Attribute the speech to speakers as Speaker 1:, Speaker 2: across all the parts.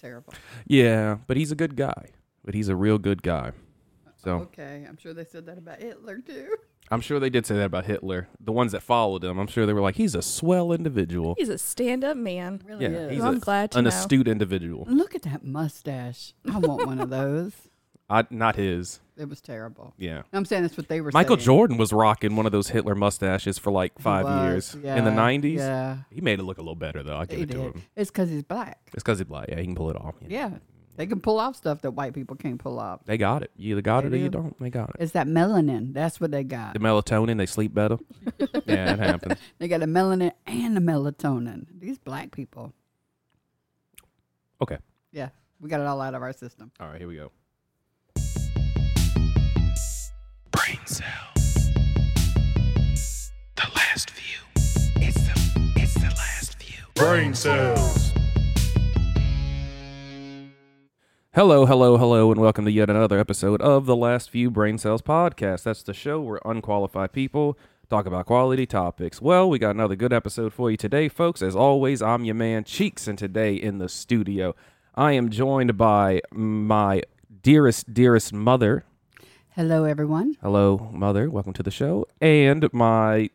Speaker 1: terrible.
Speaker 2: Yeah, but he's a good guy. But he's a real good guy. So
Speaker 1: Okay, I'm sure they said that about Hitler too.
Speaker 2: I'm sure they did say that about Hitler. The ones that followed him, I'm sure they were like, he's a swell individual.
Speaker 3: He's a stand-up man.
Speaker 1: Really
Speaker 2: Yeah,
Speaker 1: is.
Speaker 2: he's
Speaker 3: Well,
Speaker 2: a-
Speaker 3: I'm glad to
Speaker 2: an
Speaker 3: know.
Speaker 2: astute individual.
Speaker 1: Look at that mustache. I want one of those.
Speaker 2: I, not his.
Speaker 1: It was terrible.
Speaker 2: Yeah.
Speaker 1: I'm saying that's what they were
Speaker 2: Michael
Speaker 1: saying.
Speaker 2: Jordan was rocking one of those Hitler mustaches for like
Speaker 1: He
Speaker 2: five
Speaker 1: was,
Speaker 2: years in the
Speaker 1: yeah,
Speaker 2: 90s.
Speaker 1: Yeah.
Speaker 2: He made it look a little better, though. I give
Speaker 1: He
Speaker 2: it to
Speaker 1: did.
Speaker 2: him.
Speaker 1: It's because he's black.
Speaker 2: It's because he's black. Yeah, he can pull it off.
Speaker 1: Yeah. They can pull off stuff that white people can't pull off.
Speaker 2: They got it. You either got
Speaker 1: They
Speaker 2: it or you
Speaker 1: do.
Speaker 2: don't. They got it.
Speaker 1: It's that melanin. That's what they got.
Speaker 2: The melatonin, they sleep better. yeah, it happens.
Speaker 1: They got the melanin and the melatonin. These black people.
Speaker 2: Okay.
Speaker 1: Yeah. We got it all out of our system.
Speaker 2: All right, here we go.
Speaker 4: brain cell. The last view. It's the it's the last view. Brain cells.
Speaker 2: Hello, hello, hello, and welcome to yet another episode of the Last Few Brain Cells Podcast. That's the show where unqualified people talk about quality topics. Well, we got another good episode for you today, folks. As always, I'm your man Cheeks, and today in the studio, I am joined by my dearest, dearest mother.
Speaker 1: Hello, everyone.
Speaker 2: Hello, mother. Welcome to the show. And my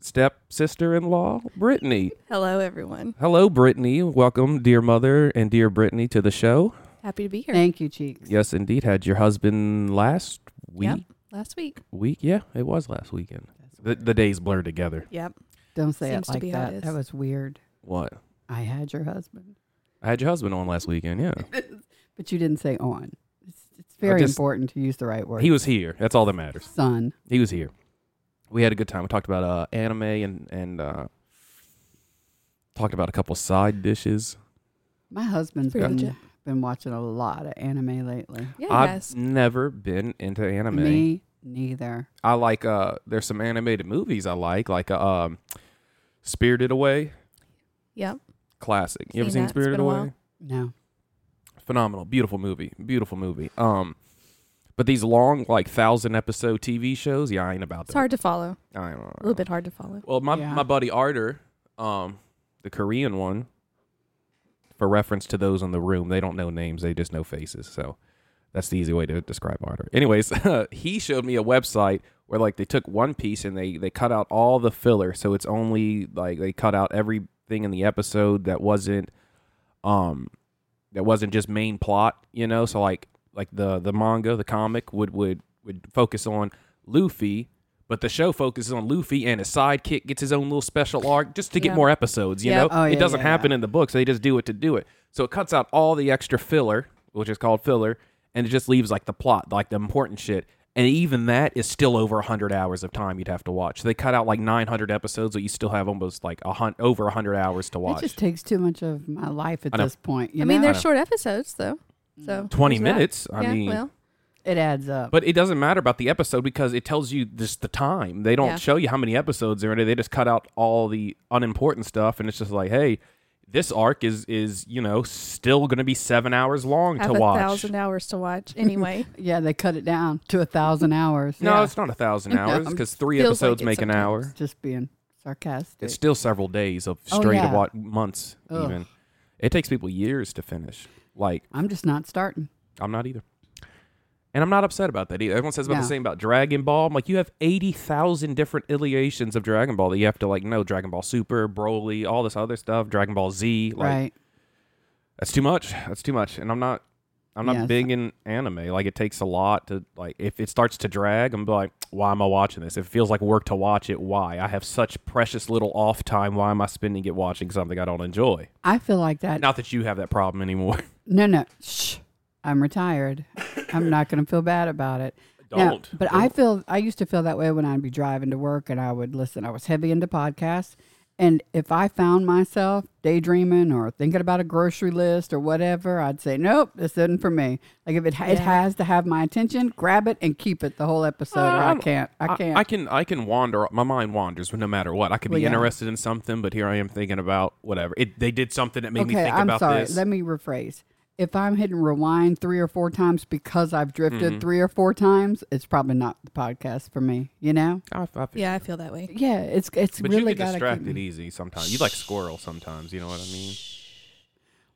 Speaker 2: stepsister in law, Brittany.
Speaker 3: Hello, everyone.
Speaker 2: Hello, Brittany. Welcome, dear mother and dear Brittany, to the show.
Speaker 3: Happy to be here.
Speaker 1: Thank you, Cheeks.
Speaker 2: Yes, indeed. Had your husband last week?
Speaker 3: Yep. Last week.
Speaker 2: Week? Yeah, it was last weekend. The, the days blur together.
Speaker 3: Yep.
Speaker 1: Don't say
Speaker 3: Seems
Speaker 1: it
Speaker 3: to
Speaker 1: like
Speaker 3: be how it
Speaker 1: that.
Speaker 3: is.
Speaker 1: That was weird.
Speaker 2: What?
Speaker 1: I had your husband,
Speaker 2: I had your husband on last weekend. Yeah,
Speaker 1: but you didn't say on. It's, it's very
Speaker 2: just-
Speaker 1: important to use the right word.
Speaker 2: he was here. That's all that matters.
Speaker 1: son.
Speaker 2: He was here. We had a good time. We talked about uh, anime and and uh, talked about a couple side dishes.
Speaker 1: My husband's
Speaker 3: Pretty
Speaker 1: been,
Speaker 3: legit.
Speaker 1: been watching a lot of anime lately.
Speaker 3: Yeah.
Speaker 2: I've never been into anime.
Speaker 1: Me neither.
Speaker 2: I like uh there's some animated movies I like, like uh, um Spirited Away,
Speaker 3: Yep.
Speaker 2: classic. You ever
Speaker 3: Seen
Speaker 2: seen
Speaker 3: that. It's
Speaker 2: Spirited
Speaker 3: been a
Speaker 2: Away?
Speaker 3: while.
Speaker 1: No.
Speaker 2: Phenomenal, beautiful movie, beautiful movie. Um but these long like 1000 episode TV shows, yeah, I ain't about
Speaker 3: It's
Speaker 2: that.
Speaker 3: hard to follow.
Speaker 2: I ain't about
Speaker 3: A little bit hard to follow.
Speaker 2: Well, my
Speaker 1: Yeah.
Speaker 2: my buddy Arter, um the Korean one for reference to those in the room, they don't know names, they just know faces. So that's the easy way to describe Arter. Anyways, he showed me a website where like they took one piece and they they cut out all the filler, so it's only like they cut out everything in the episode that wasn't um that wasn't just main plot, you know. So like like the the manga, the comic would would would focus on Luffy, but the show focuses on Luffy and his sidekick gets his own little special arc just to get
Speaker 3: Yeah.
Speaker 2: more episodes, you
Speaker 3: Yeah.
Speaker 2: know.
Speaker 1: Oh,
Speaker 2: it
Speaker 1: yeah,
Speaker 2: doesn't
Speaker 1: yeah,
Speaker 2: happen in the book, so they just do it to do it. So it cuts out all the extra filler, which is called filler, and it just leaves like the plot, like the important shit. And even that is still over 100 hours of time you'd have to watch. So they cut out like 900 episodes, but you still have almost like a hun- over 100 hours to watch.
Speaker 1: It just takes too much of my life at
Speaker 2: I know.
Speaker 1: this point. You
Speaker 3: I mean,
Speaker 1: know?
Speaker 3: they're short episodes though. So
Speaker 2: 20
Speaker 3: there's that.
Speaker 2: Mm. minutes, I
Speaker 3: yeah,
Speaker 2: mean-
Speaker 3: well,
Speaker 1: it adds up.
Speaker 2: But it doesn't matter about the episode because it tells you just the time. They don't
Speaker 3: Yeah.
Speaker 2: show you how many episodes there are. in it. They just cut out all the unimportant stuff, and it's just like, hey, this arc is is you know still going to be seven hours long
Speaker 3: have
Speaker 2: to
Speaker 3: a
Speaker 2: watch.
Speaker 3: thousand hours to watch anyway.
Speaker 1: yeah, they cut it down to a thousand hours.
Speaker 2: No,
Speaker 1: Yeah.
Speaker 2: it's not a thousand hours because three
Speaker 3: Feels like
Speaker 2: episodes
Speaker 3: it
Speaker 2: make an
Speaker 3: sometimes.
Speaker 2: hour.
Speaker 1: just being sarcastic.
Speaker 2: It's still several days of
Speaker 1: Oh,
Speaker 2: straight
Speaker 1: yeah.
Speaker 2: wa- months
Speaker 1: Ugh.
Speaker 2: even. It takes people years to finish. Like
Speaker 1: I'm just not starting.
Speaker 2: I'm not either. And I'm not upset about that either. Everyone says about the
Speaker 1: No.
Speaker 2: same about Dragon Ball. I'm like, you have 80,000 different iliations of Dragon Ball that you have to, like, know Dragon Ball Super, Broly, all this other stuff, Dragon Ball Z. Like,
Speaker 1: right.
Speaker 2: that's too much. That's too much. And I'm not. I'm not
Speaker 1: Yeah, it's
Speaker 2: big in anime. Like it takes a lot to like. If it starts to drag, I'm like, why am I watching this? If it feels like work to watch it, why? I have such precious little off time. Why am I spending it watching something I don't enjoy?
Speaker 1: I feel like that.
Speaker 2: Not that you have that problem anymore.
Speaker 1: No, no. Shh. I'm retired. I'm not going to feel bad about it. Now,
Speaker 2: don't.
Speaker 1: but I feel I used to feel that way when I'd be driving to work and I would listen. I was heavy into podcasts. And if I found myself daydreaming or thinking about a grocery list or whatever, I'd say, nope, this isn't for me. Like if it, ha- it
Speaker 3: Yeah.
Speaker 1: has to have my attention, grab it and keep it the whole episode. or uh, I
Speaker 2: Um,
Speaker 1: can't. I can't.
Speaker 2: I, can. I can wander. My mind wanders no matter what. I could be
Speaker 1: Well, yeah.
Speaker 2: interested in something, but here I am thinking about whatever. It, they did something that made me
Speaker 1: okay,
Speaker 2: think
Speaker 1: I'm
Speaker 2: about
Speaker 1: sorry.
Speaker 2: this.
Speaker 1: Let me rephrase. If I'm hitting rewind three or four times because I've drifted
Speaker 2: Mm-hmm.
Speaker 1: three or four times, it's probably not the podcast for me. You know?
Speaker 2: I, I feel-
Speaker 3: yeah, I feel that way.
Speaker 1: Yeah, it's it's
Speaker 2: But
Speaker 1: really
Speaker 2: you get
Speaker 1: gotta keep
Speaker 2: distracted
Speaker 1: me-
Speaker 2: easy sometimes. You like squirrel sometimes. You know what I mean?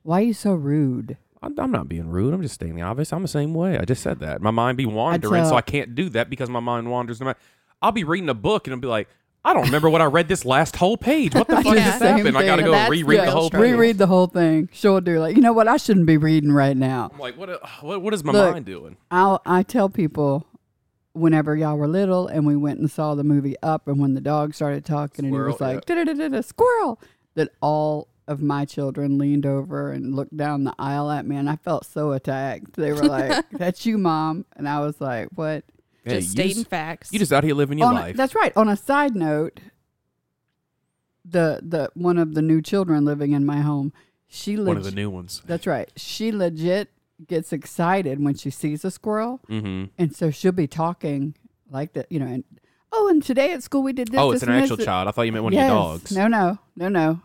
Speaker 1: Why are you so rude?
Speaker 2: I'm, I'm not being rude. I'm just stating the obvious. I'm the same way. I just said that. My mind be wandering,
Speaker 1: tell-
Speaker 2: so I can't do that because my mind wanders. No matter, I'll be reading a book and I'll be like, I don't remember what I read this last whole page. What the
Speaker 1: I
Speaker 2: fuck
Speaker 1: do the
Speaker 2: just
Speaker 1: same
Speaker 2: happened? I gotta
Speaker 1: thing.
Speaker 2: go
Speaker 3: That's
Speaker 2: reread the
Speaker 3: real
Speaker 2: whole
Speaker 3: struggle.
Speaker 2: page.
Speaker 1: Reread the whole thing. Sure, do like you know what? I shouldn't be reading right now.
Speaker 2: I'm like, what? uh, What, what is my
Speaker 1: Look.
Speaker 2: mind doing?
Speaker 1: I I tell people whenever y'all were little and we went and saw the movie Up and when the dog started talking and he was
Speaker 2: Squirrel,
Speaker 1: like da da da da squirrel that all of my children leaned over and looked down the aisle at me and I felt so attacked. They were like, "That's you, mom," and I was like, "What?"
Speaker 2: Hey,
Speaker 3: just
Speaker 2: you,
Speaker 3: stating
Speaker 2: just,
Speaker 3: facts.
Speaker 2: you just out here living your
Speaker 1: On a-
Speaker 2: life.
Speaker 1: that's right. On a side note, the the one of the new children living in my home, she
Speaker 2: One of the
Speaker 1: legit,
Speaker 2: new ones.
Speaker 1: that's right. She legit gets excited when she sees a squirrel.
Speaker 2: Mm-hmm.
Speaker 1: And so she'll be talking like that, you know, and oh, and today at school we did this.
Speaker 2: Oh, it's
Speaker 1: this,
Speaker 2: an
Speaker 1: and
Speaker 2: actual
Speaker 1: this."
Speaker 2: child. I thought you meant one
Speaker 1: yes.
Speaker 2: of your dogs.
Speaker 1: No, no, no, no.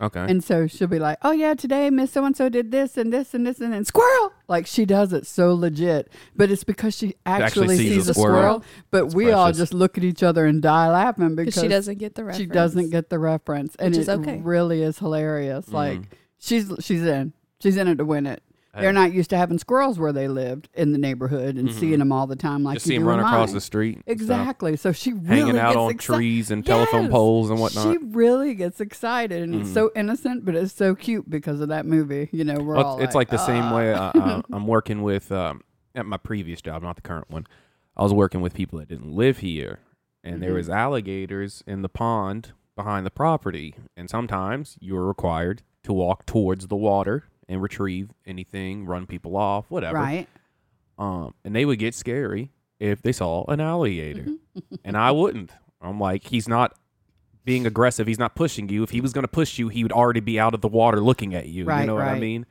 Speaker 2: Okay.
Speaker 1: And so she'll be like, oh, yeah, today Miss So and so did this and this and this and then squirrel. Like she does it so legit, but it's because she actually,
Speaker 2: sees a
Speaker 1: sees, a
Speaker 2: squirrel.
Speaker 1: squirrel. But we all
Speaker 2: precious.
Speaker 1: just look at each other and die laughing because
Speaker 3: because she doesn't get the reference.
Speaker 1: she doesn't get the reference. And
Speaker 3: Which
Speaker 1: it
Speaker 3: is okay.
Speaker 1: really is hilarious.
Speaker 2: Mm-hmm.
Speaker 1: Like she's she's in. She's in it to win it. They're
Speaker 2: Hey. Mm-hmm.
Speaker 1: not used to having squirrels where they lived in the neighborhood and seeing them all the time like
Speaker 2: just
Speaker 1: you
Speaker 2: see him
Speaker 1: do
Speaker 2: run
Speaker 1: in
Speaker 2: across
Speaker 1: mine.
Speaker 2: the street. and stuff.
Speaker 1: Exactly. So she really
Speaker 2: Hanging out
Speaker 1: gets
Speaker 2: on
Speaker 1: exci-
Speaker 2: trees and telephone
Speaker 1: Yes.
Speaker 2: poles and whatnot. Mm-hmm.
Speaker 1: She really gets excited, and it's so innocent, but it's so cute because of that movie. You know, we're
Speaker 2: Well,
Speaker 1: all
Speaker 2: it's, it's like the same way uh, I, I, I'm working with um, at my previous job, not the current one. I was working with people that didn't live here, and
Speaker 1: Mm-hmm.
Speaker 2: there was alligators in the pond behind the property. And sometimes you were required to walk towards the water and retrieve anything, run people off, whatever.
Speaker 1: right.
Speaker 2: Um, and they would get scary if they saw an alligator,
Speaker 1: Mm-hmm.
Speaker 2: and I wouldn't. I'm like, he's not being aggressive. He's not pushing you. If he was going to push you, he would already be out of the water looking at you.
Speaker 1: Right,
Speaker 2: you know what I
Speaker 1: right.
Speaker 2: mean?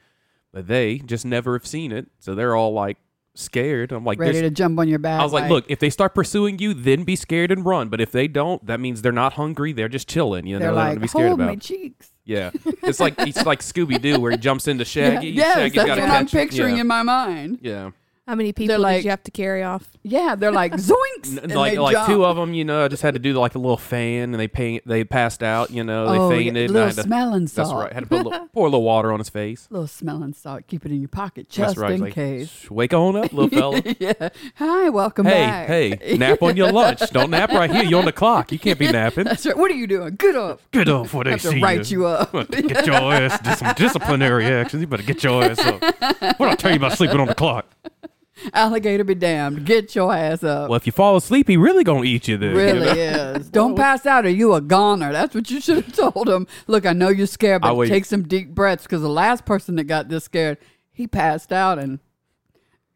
Speaker 2: But they just never have seen it, so they're all like scared. I'm like,
Speaker 1: Ready
Speaker 2: there's-
Speaker 1: to jump on your back.
Speaker 2: I was like, look, if they start pursuing you, then be scared and run. But if they don't, that means they're not hungry. They're just chilling. You know,
Speaker 1: they're
Speaker 2: nothing
Speaker 1: like,
Speaker 2: to be scared
Speaker 1: hold
Speaker 2: about.
Speaker 1: my cheeks.
Speaker 2: yeah, it's like it's like Scooby Doo where he jumps into Shaggy.
Speaker 1: yes,
Speaker 2: Shaggy's
Speaker 1: that's
Speaker 2: got
Speaker 1: what
Speaker 2: catch
Speaker 1: I'm
Speaker 2: him.
Speaker 1: picturing
Speaker 2: Yeah.
Speaker 1: in my mind.
Speaker 2: yeah.
Speaker 3: How many people
Speaker 1: They're like-
Speaker 3: did you have to carry off?
Speaker 1: Yeah, they're like zoinks,
Speaker 2: N-
Speaker 1: and
Speaker 2: like
Speaker 1: they
Speaker 2: like
Speaker 1: jump.
Speaker 2: two of them, you know, I just had to do like a little fan, and they paint, they passed out, you know, they
Speaker 1: oh, yeah,
Speaker 2: fainted. and I
Speaker 1: little
Speaker 2: had to-
Speaker 1: smelling
Speaker 2: that's
Speaker 1: salt.
Speaker 2: right. Had to put a little, pour a little water on his face.
Speaker 1: Little smelling salt. Keep it in your pocket
Speaker 2: That's
Speaker 1: just
Speaker 2: right.
Speaker 1: in
Speaker 2: like,
Speaker 1: case.
Speaker 2: "Shh, Wake on up, little fella.
Speaker 1: yeah. Hi, welcome back.
Speaker 2: hey, hey, nap on your lunch. Don't nap right here. You're on the clock. You can't be napping.
Speaker 1: That's right. What are you doing? Good up.
Speaker 5: Get up before they
Speaker 1: have
Speaker 5: see
Speaker 1: to write you up.
Speaker 5: Get your ass to some disciplinary actions. You better get your ass up. What I tell you about sleeping on the clock?
Speaker 1: Alligator be damned. Get your ass up.
Speaker 2: Well, if you fall asleep, he really gonna eat you. Then you
Speaker 1: really
Speaker 2: know?
Speaker 1: is. Don't pass out or you a goner. That's what you should have told him. Look, I know you're scared,
Speaker 2: I
Speaker 1: but
Speaker 2: wait.
Speaker 1: take some deep breaths because the last person that got this scared, he passed out and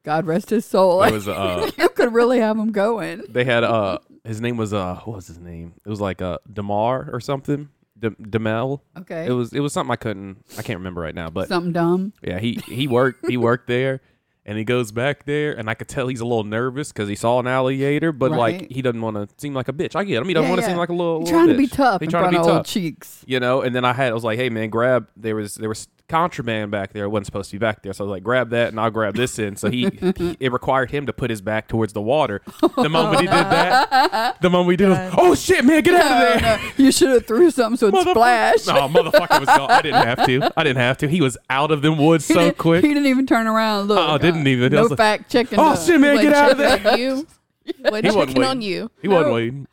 Speaker 1: God rest his soul.
Speaker 2: There was, uh,
Speaker 1: you could really have him going.
Speaker 2: they had uh, his name was uh, what was his name? It was like uh, Demar or something. De- Demel.
Speaker 1: Okay.
Speaker 2: It was it was something I couldn't I can't remember right now, but
Speaker 1: Something dumb.
Speaker 2: Yeah, he he worked he worked there, and he goes back there, and I could tell he's a little nervous because he saw an alligator, but like
Speaker 1: Right.
Speaker 2: he doesn't want to seem like a bitch. I get him; he doesn't
Speaker 1: Yeah,
Speaker 2: want to
Speaker 1: yeah.
Speaker 2: seem like a little.
Speaker 1: He's
Speaker 2: little
Speaker 1: trying to
Speaker 2: bitch.
Speaker 1: be tough
Speaker 2: He
Speaker 1: in
Speaker 2: trying
Speaker 1: front
Speaker 2: to
Speaker 1: of
Speaker 2: be
Speaker 1: old
Speaker 2: tough,
Speaker 1: cheeks.
Speaker 2: you know. And then I had I was like, hey man, grab there was there was contraband back there. It wasn't supposed to be back there, so I was like, grab that, and I'll grab this in. So he, he it required him to put his back towards the water. The moment he did that, the moment we did, it, oh shit, man, get out of there.
Speaker 1: You should have threw something so it splashed.
Speaker 2: No, motherfucker was gone. I didn't have to. I didn't have to. He was out of them woods
Speaker 1: He
Speaker 2: so
Speaker 1: didn't-
Speaker 2: quick.
Speaker 1: He didn't even turn around. Look. Uh,
Speaker 2: Uh-uh, didn't even. I
Speaker 1: No
Speaker 2: was like,
Speaker 1: fact checking.
Speaker 2: Oh
Speaker 1: done."
Speaker 2: shit, man, get
Speaker 3: Wasn't
Speaker 2: out of there!
Speaker 3: checking on You wasn't
Speaker 2: wasn't
Speaker 3: checking on
Speaker 2: waiting.
Speaker 3: you.
Speaker 2: He wasn't waiting.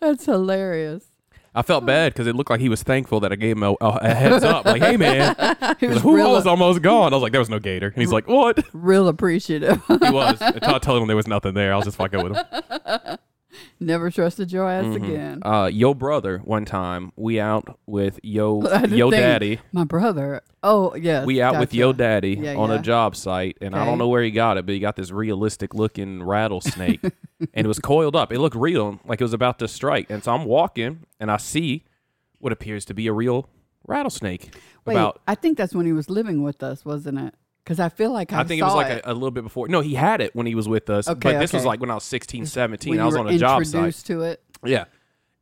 Speaker 1: That's hilarious.
Speaker 2: I felt bad because it looked like he was thankful that I gave him a, a- a heads up. Like, hey man,
Speaker 1: He
Speaker 2: He's
Speaker 1: was
Speaker 2: like, who
Speaker 1: real,
Speaker 2: was almost gone? I was like, there was no gator, and he's like, what?
Speaker 1: real appreciative.
Speaker 2: He was. Until I told him there was nothing there, I was just fucking with him.
Speaker 1: Never trusted your ass again.
Speaker 2: Uh, yo brother, one time we out with yo
Speaker 1: I had to
Speaker 2: Uh, yo
Speaker 1: think,
Speaker 2: daddy.
Speaker 1: My brother. Oh yes.
Speaker 2: We out with yo
Speaker 1: gotcha.
Speaker 2: daddy
Speaker 1: Yeah,
Speaker 2: on
Speaker 1: yeah.
Speaker 2: a job site, and I
Speaker 1: Okay.
Speaker 2: don't know where he got it, but he got this realistic looking rattlesnake, and it was coiled up. It looked real, like it was about to strike. And so I'm walking, and I see what appears to be a real rattlesnake.
Speaker 1: Wait,
Speaker 2: about
Speaker 1: I think that's when he was living with us, wasn't it? Because I feel like I,
Speaker 2: I think it
Speaker 1: saw
Speaker 2: was like A, a little bit before. No, he had it when he was with us.
Speaker 1: Okay,
Speaker 2: but this was
Speaker 1: okay.
Speaker 2: like when I was 16, 17.
Speaker 1: when
Speaker 2: I
Speaker 1: you
Speaker 2: was
Speaker 1: were
Speaker 2: on a job site.
Speaker 1: Introduced to it.
Speaker 2: Yeah.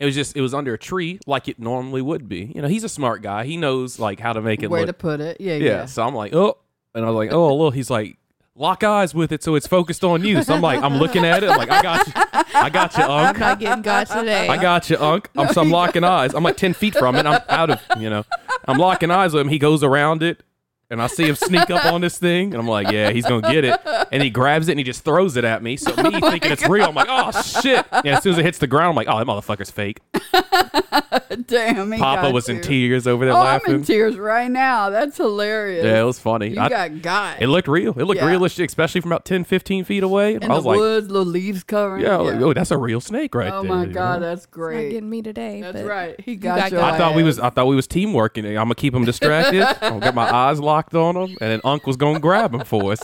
Speaker 2: It was just it was under a tree like it normally would be. You know, he's a smart guy. He knows like how to make it
Speaker 1: Where
Speaker 2: look.
Speaker 1: to put it? Yeah,
Speaker 2: yeah.
Speaker 1: yeah.
Speaker 2: So I'm like, "Oh." And I was like, "Oh, look." He's like, "Lock eyes with it so it's focused on you." So I'm like, I'm looking at it I'm like, "I got you. I got you,
Speaker 3: I'm
Speaker 2: unk.
Speaker 3: not getting got today.
Speaker 2: I got you, Unc. I'm, so I'm locking eyes. I'm like 10 feet from it. I'm out of, you know, I'm locking eyes with him. He goes around it. And I see him sneak up on this thing, and I'm like, yeah, he's gonna get it. And he grabs it and he just throws it at me. So me thinking it's real, I'm like, oh shit. Yeah, as soon as it hits the ground, I'm like, oh, that motherfucker's fake.
Speaker 1: Damn, he
Speaker 2: Papa
Speaker 1: got
Speaker 2: was
Speaker 1: you.
Speaker 2: in tears over there
Speaker 1: Oh,
Speaker 2: laughing.
Speaker 1: I'm in tears right now. That's hilarious.
Speaker 2: yeah, it was funny.
Speaker 1: you
Speaker 2: I-
Speaker 1: got got.
Speaker 2: it looked real. It looked
Speaker 1: Yeah.
Speaker 2: realistic, especially from about 10, 15 feet away. And
Speaker 1: in
Speaker 2: I
Speaker 1: the
Speaker 2: was like,
Speaker 1: woods, little leaves covering.
Speaker 2: yeah, I
Speaker 1: it.
Speaker 2: was like, oh, that's a real snake right
Speaker 1: oh
Speaker 2: there.
Speaker 1: my
Speaker 2: you
Speaker 1: god,
Speaker 2: know?
Speaker 1: that's
Speaker 3: Not
Speaker 1: great.
Speaker 3: getting me today.
Speaker 1: That's
Speaker 3: but
Speaker 1: right. He got,
Speaker 3: got
Speaker 1: your
Speaker 3: got.
Speaker 2: I thought we was
Speaker 1: ass.
Speaker 2: I thought we was teamworking. I'm gonna keep him distracted. I'm gonna get my eyes locked on him, and then Unc was gonna grab him for us.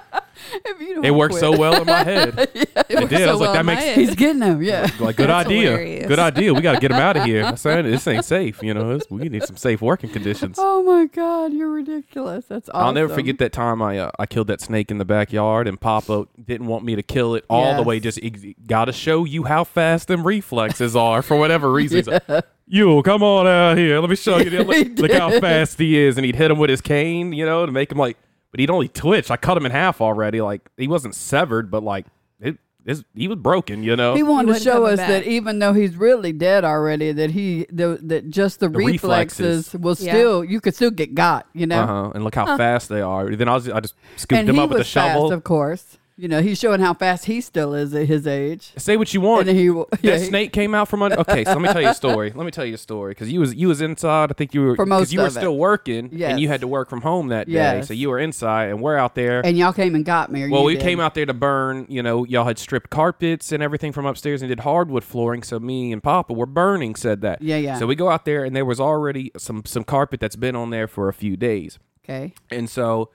Speaker 1: If you
Speaker 2: It
Speaker 1: don't
Speaker 2: worked so
Speaker 1: quit.
Speaker 2: well in my head.
Speaker 3: It worked
Speaker 2: did. I
Speaker 3: so
Speaker 2: was like,
Speaker 3: well
Speaker 2: that
Speaker 3: in my
Speaker 2: makes-
Speaker 3: head.
Speaker 1: He's getting them. Yeah.
Speaker 2: Like, good
Speaker 3: That's
Speaker 2: idea.
Speaker 3: hilarious.
Speaker 2: Good idea. We got to get him out of here. I'm saying this ain't safe. You know, It's- we need some safe working conditions.
Speaker 1: Oh my god, you're ridiculous. That's awesome.
Speaker 2: I'll never forget that time I uh, I killed that snake in the backyard, and Papa didn't want me to kill it all the
Speaker 1: Yes.
Speaker 2: way. Just got to show you how fast them reflexes are for whatever reason. He's like, you come on out here. Let me show you.
Speaker 1: He
Speaker 2: Look, look how fast he is, and he'd hit him with his cane, you know, to make him like. But he'd only twitch. I cut him in half already. Like he wasn't severed, but like it, it's, he was broken, you know.
Speaker 1: He wanted to
Speaker 3: wasn't
Speaker 1: show
Speaker 3: coming
Speaker 1: us
Speaker 3: back.
Speaker 1: that even though he's really dead already, that he the, that just the, reflexes,
Speaker 2: reflexes.
Speaker 1: will
Speaker 3: Yeah.
Speaker 1: still you could still get got, you know.
Speaker 2: Uh huh. And look how fast they are. Then I was I just scooped
Speaker 1: And
Speaker 2: him
Speaker 1: he
Speaker 2: up
Speaker 1: was
Speaker 2: with a shovel.
Speaker 1: fast, of course. You know, he's showing how fast he still is at his age.
Speaker 2: Say what you want.
Speaker 1: And he will- yeah,
Speaker 2: that
Speaker 1: he-
Speaker 2: snake came out from under. Okay, so let me tell you a story. Let me tell you a story because you was you was inside. I think you were
Speaker 1: For most
Speaker 2: because you were
Speaker 1: of it.
Speaker 2: still working
Speaker 1: Yes.
Speaker 2: and you had to work from home that day.
Speaker 1: Yes.
Speaker 2: So you were inside and we're out there.
Speaker 1: And y'all came and got me. Or
Speaker 2: well,
Speaker 1: you
Speaker 2: we
Speaker 1: did.
Speaker 2: came out there to burn. You know, y'all had stripped carpets and everything from upstairs and did hardwood flooring. So me and Papa were burning. Said that.
Speaker 1: Yeah, yeah.
Speaker 2: So we go out there and there was already some some carpet that's been on there for a few days.
Speaker 1: Okay.
Speaker 2: And so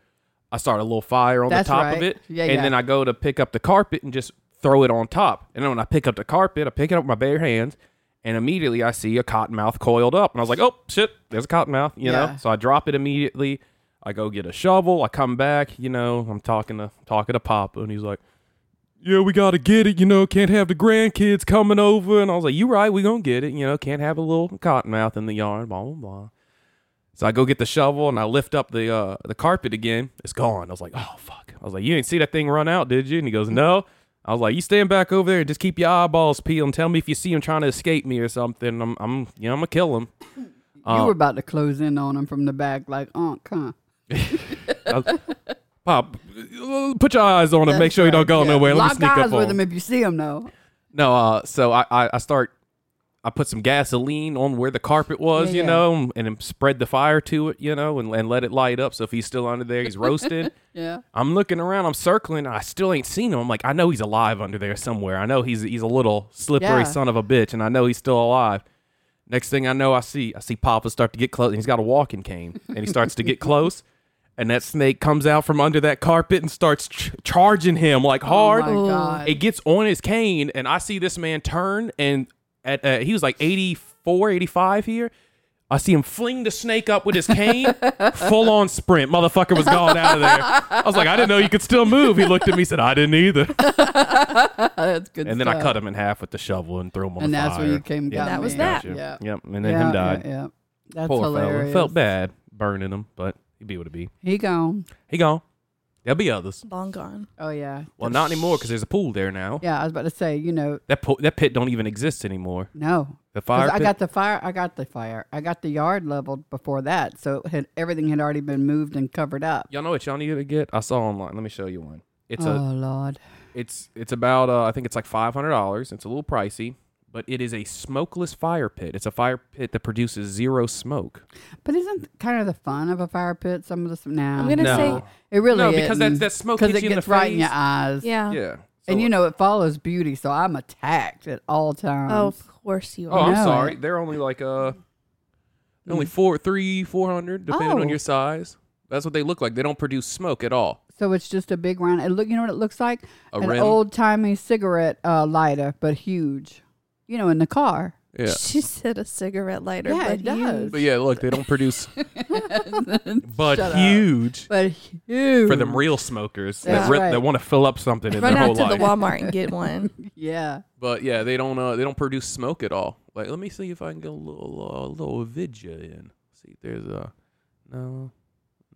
Speaker 2: I start a little fire on
Speaker 1: That's
Speaker 2: the top
Speaker 1: right.
Speaker 2: of it.
Speaker 1: Yeah,
Speaker 2: and
Speaker 1: yeah.
Speaker 2: then I go to pick up the carpet and just throw it on top. And then when I pick up the carpet, I pick it up with my bare hands. And immediately I see a cottonmouth coiled up. And I was like, oh, shit, there's a cottonmouth,
Speaker 1: Yeah.
Speaker 2: you know? So I drop it immediately. I go get a shovel. I come back, you know, I'm talking to talking to Papa. And he's like, yeah, we got to get it, you know, can't have the grandkids coming over. And I was like, you right, we going to get it, you know, can't have a little cottonmouth in the yard, blah, blah, blah. So I go get the shovel and I lift up the uh, the carpet again. It's gone. I was like, oh fuck. I was like, you didn't see that thing run out, did you? And he goes, no. I was like, you stand back over there and just keep your eyeballs peeled. and Tell me if you see him trying to escape me or something. I'm, I'm, you know, I'm gonna kill him.
Speaker 1: you
Speaker 2: Um,
Speaker 1: were about to close in on him from the back, like, oh, come.
Speaker 2: I was- Pop, uh, put your eyes on him. Make sure he don't go
Speaker 1: Yeah.
Speaker 2: nowhere. Let
Speaker 1: Lock
Speaker 2: me sneak
Speaker 1: eyes
Speaker 2: up
Speaker 1: with
Speaker 2: on
Speaker 1: him if you see him, though.
Speaker 2: No, uh, so I, I, I start, I put some gasoline on where the carpet was,
Speaker 1: Yeah,
Speaker 2: you
Speaker 1: yeah.
Speaker 2: know, and then spread the fire to it, you know, and, and let it light up. So if he's still under there, he's roasted.
Speaker 1: Yeah.
Speaker 2: I'm looking around, I'm circling, and I still ain't seen him. I'm like, I know he's alive under there somewhere. I know he's he's a little slippery
Speaker 1: Yeah.
Speaker 2: son of a bitch, and I know he's still alive. Next thing I know, I see I see Papa start to get close, and he's got a walking cane, and he starts to get close, and that snake comes out from under that carpet and starts ch- charging him like hard.
Speaker 1: Oh, my God.
Speaker 2: It gets on his cane, and I see this man turn, and at uh, he was like 84, 85 here. I see him fling the snake up with his cane, full on sprint. Motherfucker was gone out of there. I was like, I didn't know you could still move. He looked at me, said, I didn't either.
Speaker 1: That's good
Speaker 2: And then I
Speaker 1: stuff.
Speaker 2: cut him in half with the shovel and threw him on
Speaker 1: And
Speaker 2: the
Speaker 1: that's where
Speaker 2: fire.
Speaker 1: you came
Speaker 2: Yeah,
Speaker 1: down.
Speaker 3: That was
Speaker 1: me.
Speaker 3: that.
Speaker 2: Gotcha.
Speaker 1: Yeah.
Speaker 2: Yep. And then him
Speaker 1: Yeah,
Speaker 2: died.
Speaker 1: Yeah, yeah. That's
Speaker 2: Poor
Speaker 1: hilarious.
Speaker 2: fella. Felt bad burning him, but he be what it be.
Speaker 1: He gone.
Speaker 2: He gone. There'll be others.
Speaker 3: Long gone.
Speaker 1: Oh yeah.
Speaker 2: Well, not anymore because there's a pool there now.
Speaker 1: Yeah, I was about to say, you know,
Speaker 2: That pool, that pit don't even exist anymore.
Speaker 1: no.
Speaker 2: The fire
Speaker 1: 'Cause I
Speaker 2: pit.
Speaker 1: got the fire. I got the fire. I got the yard leveled before that, so it had, everything had already been moved and covered up.
Speaker 2: y'all know what y'all needed to get? I saw online. Let me show you one. It's a
Speaker 1: oh Lord.
Speaker 2: It's it's about uh, I think it's like five hundred dollars. It's a little pricey, but it is a smokeless fire pit. It's a fire pit that produces zero smoke.
Speaker 1: But isn't kind of the fun of a fire pit some of the now?
Speaker 3: I'm gonna
Speaker 2: No.
Speaker 3: say,
Speaker 1: it really
Speaker 2: No, because that-
Speaker 1: isn't.
Speaker 2: that smoke
Speaker 1: 'Cause
Speaker 2: hits
Speaker 1: it
Speaker 2: you in the
Speaker 1: gets right in your
Speaker 2: face.
Speaker 1: eyes.
Speaker 3: yeah.
Speaker 2: Yeah.
Speaker 1: And you know it follows beauty, so I'm attacked at all times.
Speaker 3: Oh, of course you
Speaker 2: Oh, I'm
Speaker 3: are.
Speaker 1: No.
Speaker 2: sorry. They're only like uh, they're only four, three, four hundred, depending
Speaker 1: Mm. Oh.
Speaker 2: on your size. That's what they look like. They don't produce smoke at all.
Speaker 1: So it's just a big round. It look, you know what it looks like?
Speaker 2: A
Speaker 1: An
Speaker 2: rim?
Speaker 1: old timey cigarette uh, lighter, but huge. You know, in the car.
Speaker 2: Yeah.
Speaker 3: She said a cigarette lighter.
Speaker 1: Yeah,
Speaker 3: but
Speaker 1: it does.
Speaker 2: But yeah, look, they don't produce. but
Speaker 1: Shut up.
Speaker 2: huge
Speaker 1: But huge.
Speaker 2: for them real smokers
Speaker 1: That's
Speaker 2: that re-
Speaker 1: right.
Speaker 2: that want to fill up something in
Speaker 3: Run
Speaker 2: their whole
Speaker 3: out to the
Speaker 2: life.
Speaker 3: Walmart and get one.
Speaker 1: Yeah.
Speaker 2: But yeah, they don't uh, they don't produce smoke at all. Like, let me see if I can get a little uh, little vidya in. See, if there's a no,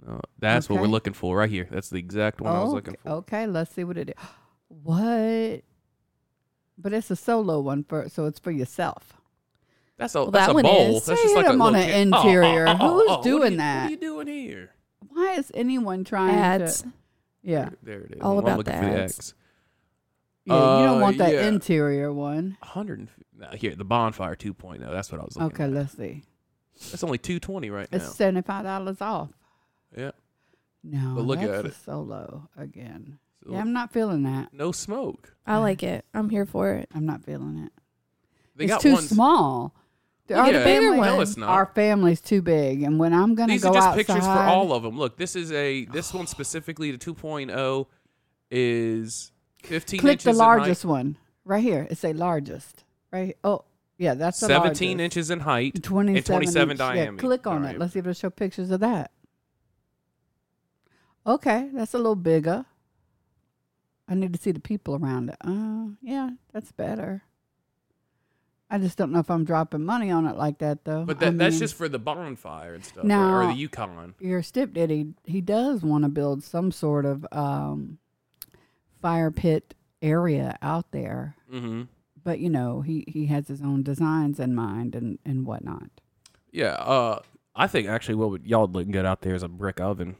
Speaker 2: no. That's what
Speaker 1: Okay.
Speaker 2: we're looking for right here. That's the exact one I was looking
Speaker 1: okay,
Speaker 2: for.
Speaker 1: Oh, okay, let's see what it is. What? But it's a solo one for so it's for yourself.
Speaker 2: That's a
Speaker 3: Well,
Speaker 2: that's
Speaker 3: that
Speaker 2: a
Speaker 3: one
Speaker 2: bowl. That's
Speaker 3: is.
Speaker 1: They
Speaker 2: just
Speaker 1: hit
Speaker 2: like a
Speaker 1: them on
Speaker 2: little
Speaker 1: an
Speaker 2: kid- Oh, oh,
Speaker 1: interior.
Speaker 2: oh, oh,
Speaker 1: Who's
Speaker 2: oh, what are
Speaker 1: doing
Speaker 2: you-
Speaker 1: that?
Speaker 2: What are you doing here?
Speaker 1: Why is anyone trying
Speaker 3: Ads.
Speaker 1: to? Yeah,
Speaker 2: There it is.
Speaker 3: All
Speaker 2: I'm
Speaker 3: about
Speaker 2: looking
Speaker 3: the
Speaker 2: for the
Speaker 3: ads.
Speaker 2: X.
Speaker 1: yeah. you don't
Speaker 2: Uh,
Speaker 1: want that
Speaker 2: yeah.
Speaker 1: interior one.
Speaker 2: 150. Now, here, the Bonfire 2.0. That's what I was looking
Speaker 1: Okay,
Speaker 2: at.
Speaker 1: let's see.
Speaker 2: That's only 220 right
Speaker 1: It's
Speaker 2: now.
Speaker 1: seventy five dollars off.
Speaker 2: Yeah.
Speaker 1: No,
Speaker 2: But look
Speaker 1: that's
Speaker 2: at
Speaker 1: a
Speaker 2: it.
Speaker 1: solo again.
Speaker 2: So,
Speaker 1: Yeah, I'm not feeling that.
Speaker 2: No smoke.
Speaker 3: I like it. I'm here for it.
Speaker 1: I'm not feeling it.
Speaker 2: They
Speaker 1: it's
Speaker 2: got
Speaker 1: too
Speaker 2: one.
Speaker 1: small.
Speaker 2: Yeah,
Speaker 1: Our,
Speaker 3: the bigger
Speaker 1: family-
Speaker 2: No, it's not.
Speaker 1: our family's too big, and when I'm gonna
Speaker 2: These
Speaker 1: go
Speaker 2: are just
Speaker 1: outside,
Speaker 2: pictures for all of them. Look, this is a this one specifically the 2.0 is 15
Speaker 1: click
Speaker 2: inches
Speaker 1: the
Speaker 2: in height,
Speaker 1: largest one right here. It's a largest, right? Oh, yeah, that's the
Speaker 2: 17
Speaker 1: largest.
Speaker 2: inches in height.
Speaker 1: 27,
Speaker 2: and 27
Speaker 1: inch. Yeah,
Speaker 2: diameter.
Speaker 1: click on
Speaker 2: Alright.
Speaker 1: it. Let's see if it'll show pictures of that. Okay, that's a little bigger. I need to see the people around it. Uh, yeah, that's better. I just don't know if I'm dropping money on it like that though.
Speaker 2: But
Speaker 1: I
Speaker 2: that, that's
Speaker 1: mean,
Speaker 2: just for the bonfire and stuff,
Speaker 1: Now-
Speaker 2: right? or the Yukon.
Speaker 1: your stepdaddy. He does want to build some sort of um, fire pit area out there,
Speaker 2: Mm-hmm.
Speaker 1: but you know he he has his own designs in mind and and whatnot.
Speaker 2: Yeah, uh, I think actually what would y'all look good out there is a brick oven.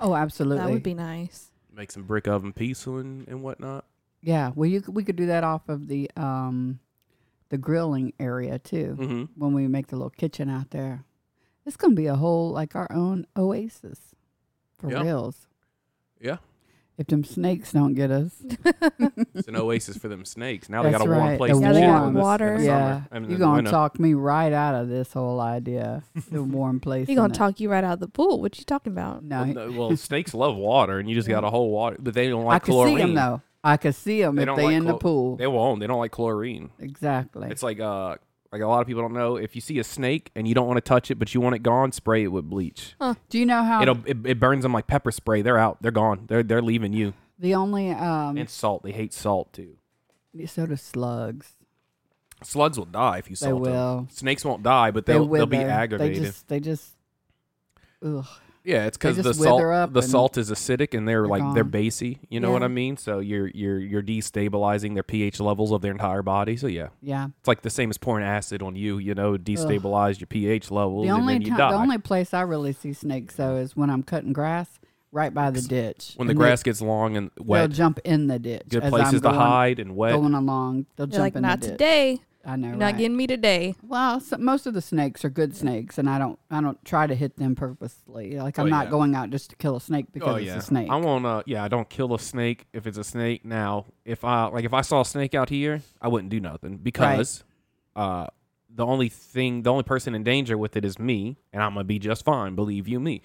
Speaker 1: Oh, absolutely.
Speaker 3: That would be nice.
Speaker 2: Make some brick oven pizza and, and whatnot.
Speaker 1: Yeah, well, you c- we could do that off of the um, the grilling area too
Speaker 2: Mm-hmm.
Speaker 1: when we make the little kitchen out there. It's gonna be a whole like our own oasis for
Speaker 2: Yeah.
Speaker 1: reals.
Speaker 2: Yeah,
Speaker 1: If them snakes don't get us,
Speaker 2: it's an oasis for them snakes. Now they
Speaker 1: That's
Speaker 2: got a
Speaker 1: right,
Speaker 2: warm place
Speaker 1: the
Speaker 2: to
Speaker 1: Now they
Speaker 2: chill
Speaker 1: got
Speaker 2: in the- in the
Speaker 3: water.
Speaker 2: summer,
Speaker 1: yeah,
Speaker 2: I
Speaker 1: you're
Speaker 2: mean, in the
Speaker 1: gonna
Speaker 2: winter.
Speaker 1: talk me right out of this whole idea. The warm place.
Speaker 3: You
Speaker 1: in
Speaker 3: gonna
Speaker 1: it.
Speaker 3: talk you right out of the pool? What you talking about?
Speaker 1: No,
Speaker 2: Well, no, well, snakes love water, and you just got a whole water, but they don't
Speaker 1: I
Speaker 2: like
Speaker 1: could
Speaker 2: chlorine.
Speaker 1: see them though. I could see them
Speaker 2: They
Speaker 1: if
Speaker 2: don't
Speaker 1: they
Speaker 2: like
Speaker 1: in the
Speaker 2: clo-
Speaker 1: pool.
Speaker 2: They won't. They don't like chlorine.
Speaker 1: exactly.
Speaker 2: It's like uh, like a lot of people don't know. If you see a snake and you don't want to touch it, but you want it gone, spray it with bleach.
Speaker 1: do you know how
Speaker 2: It'll it, it burns them like pepper spray. They're out. They're gone. They're they're leaving you.
Speaker 1: the only um,
Speaker 2: And salt. They hate salt too.
Speaker 1: so do slugs.
Speaker 2: Slugs will die if you
Speaker 1: They
Speaker 2: salt them.
Speaker 1: will.
Speaker 2: Snakes won't die, but
Speaker 1: They
Speaker 2: they'll they'll be
Speaker 1: wither.
Speaker 2: aggravated.
Speaker 1: They just, they just, ugh.
Speaker 2: yeah, it's because
Speaker 1: just
Speaker 2: the
Speaker 1: wither
Speaker 2: salt
Speaker 1: up
Speaker 2: the
Speaker 1: and
Speaker 2: salt is acidic and they're,
Speaker 1: they're
Speaker 2: like they're
Speaker 1: gone.
Speaker 2: basey. You know what
Speaker 1: Yeah.
Speaker 2: I mean? So you're you're you're destabilizing their pH levels of their entire body. So yeah,
Speaker 1: Yeah.
Speaker 2: it's like the same as pouring acid on you. You know, destabilize your pH levels
Speaker 1: The
Speaker 2: and
Speaker 1: only
Speaker 2: then you
Speaker 1: time,
Speaker 2: die.
Speaker 1: the only place I really see snakes though is when I'm cutting grass right by the ditch.
Speaker 2: when the
Speaker 1: And
Speaker 2: grass gets long and
Speaker 1: they, will
Speaker 2: wet,
Speaker 1: jump in the ditch.
Speaker 2: good
Speaker 1: as
Speaker 2: places
Speaker 1: I'm
Speaker 2: to
Speaker 1: going,
Speaker 2: hide and wet.
Speaker 1: Going along, they'll
Speaker 3: You're
Speaker 1: jump
Speaker 3: like
Speaker 1: in
Speaker 3: not
Speaker 1: the ditch.
Speaker 3: today.
Speaker 1: I know.
Speaker 3: You're
Speaker 1: right?
Speaker 3: not getting me today.
Speaker 1: Well, so, most of the snakes are good snakes, and I don't, I don't try to hit them purposely. Like I'm
Speaker 2: Oh,
Speaker 1: not
Speaker 2: yeah.
Speaker 1: going out just to kill a snake because
Speaker 2: oh
Speaker 1: it's
Speaker 2: yeah,
Speaker 1: a snake.
Speaker 2: I won't. Uh, yeah, I don't kill a snake if it's a snake. Now, if I like, if I saw a snake out here, I wouldn't do nothing because, uh, the only thing, the only person in danger with it is me, and I'm gonna be just fine. Believe you me.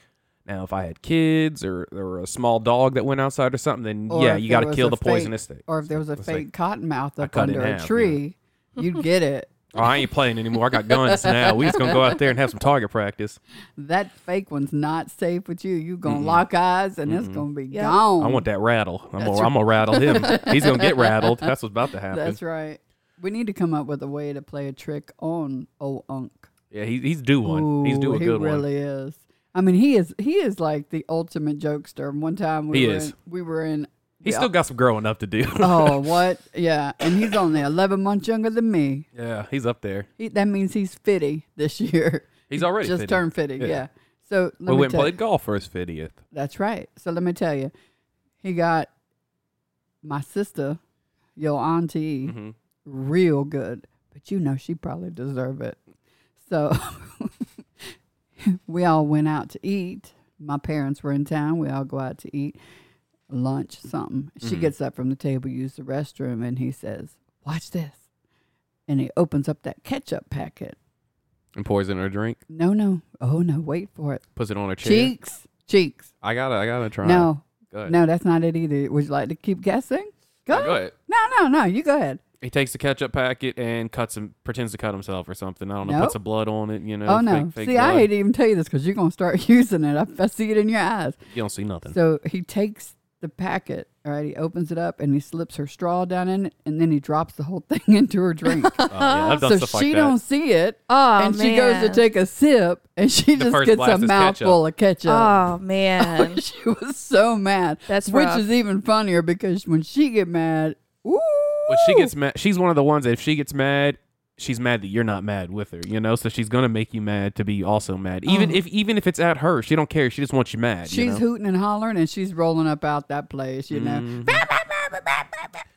Speaker 2: Now, if I had kids or or a small dog that went outside or something, then
Speaker 1: Or
Speaker 2: yeah,
Speaker 1: if
Speaker 2: you
Speaker 1: there
Speaker 2: got to
Speaker 1: was
Speaker 2: kill
Speaker 1: a
Speaker 2: the
Speaker 1: fake-
Speaker 2: poisonous snake.
Speaker 1: Or if there was a
Speaker 2: It's like-
Speaker 1: fake cottonmouth
Speaker 2: I
Speaker 1: up
Speaker 2: cut it in
Speaker 1: under a
Speaker 2: half, yeah.
Speaker 1: tree, you'd get it.
Speaker 2: Oh, I ain't playing anymore. I got guns now. We just gonna go out there and have some target practice.
Speaker 1: That fake one's not safe with you. You gonna lock eyes and it's gonna be gone.
Speaker 2: I want that rattle. I'm gonna, I'm gonna rattle him. He's gonna get rattled. That's what's about to happen.
Speaker 1: That's right. We need to come up with a way to play a trick on old Unk.
Speaker 2: Yeah, he, he's due one. he's due
Speaker 1: Ooh,
Speaker 2: a
Speaker 1: he
Speaker 2: good one.
Speaker 1: really is. I mean, he is he is like the ultimate jokester. And One time we
Speaker 2: He
Speaker 1: were
Speaker 2: is.
Speaker 1: In, we were in
Speaker 2: He's
Speaker 1: yeah.
Speaker 2: still got some growing up to do.
Speaker 1: oh what yeah, and he's only eleven months younger than me.
Speaker 2: yeah, he's up there.
Speaker 1: He, that means he's fifty this year.
Speaker 2: He's already
Speaker 1: just
Speaker 2: 50.
Speaker 1: turned fifty. Yeah.
Speaker 2: Yeah.
Speaker 1: So let
Speaker 2: We
Speaker 1: me
Speaker 2: went and
Speaker 1: tell-
Speaker 2: played golf for his fiftieth.
Speaker 1: That's right. So let me tell you, he got my sister, your auntie,
Speaker 2: Mhm.
Speaker 1: real good. But you know she probably deserved it. So we all went out to eat. My parents were in town. We all go out to eat lunch, something. She gets up from the table, use the restroom, and he says, "Watch this." And he opens up that ketchup packet.
Speaker 2: And pours it in her drink,
Speaker 1: No, no, oh no, wait for it.
Speaker 2: puts it on her chair.
Speaker 1: Cheeks, cheeks.
Speaker 2: I gotta, I gotta try.
Speaker 1: No,
Speaker 2: go ahead.
Speaker 1: no, that's not it either. Would you like to keep guessing? Go,
Speaker 2: Yeah, go ahead.
Speaker 1: No, no, no. You go ahead.
Speaker 2: He takes the ketchup packet and cuts him, pretends to cut himself or something. I don't know.
Speaker 1: No.
Speaker 2: Puts some blood on it. You know.
Speaker 1: oh no.
Speaker 2: fake- fake
Speaker 1: see, I
Speaker 2: blood.
Speaker 1: hate to even tell you this because you're gonna start using it. I, I see it in your eyes.
Speaker 2: You don't see nothing.
Speaker 1: So he takes the packet. All right, he opens it up and he slips her straw down in it, and then he drops the whole thing into her drink.
Speaker 2: Oh, yeah, I've done
Speaker 1: so
Speaker 2: stuff
Speaker 1: she
Speaker 2: like that.
Speaker 1: don't see it,
Speaker 3: Oh
Speaker 1: and
Speaker 3: man.
Speaker 1: she goes to take a sip, and she
Speaker 2: The
Speaker 1: just
Speaker 2: first
Speaker 1: gets a
Speaker 2: blast is ketchup.
Speaker 1: mouthful of ketchup.
Speaker 3: Oh man.
Speaker 1: she was so mad.
Speaker 3: That's
Speaker 1: which
Speaker 3: rough.
Speaker 1: is even funnier because when she get mad, ooh,
Speaker 2: When she gets mad, she's one of the ones that if she gets mad, she's mad that you're not mad with her, you know. So she's gonna make you mad to be also mad, even if even if it's at her. She don't care. She just wants you mad.
Speaker 1: Uh-huh. She's
Speaker 2: you know?
Speaker 1: hooting and hollering and she's rolling up out that place, you
Speaker 2: Mm-hmm.
Speaker 1: know.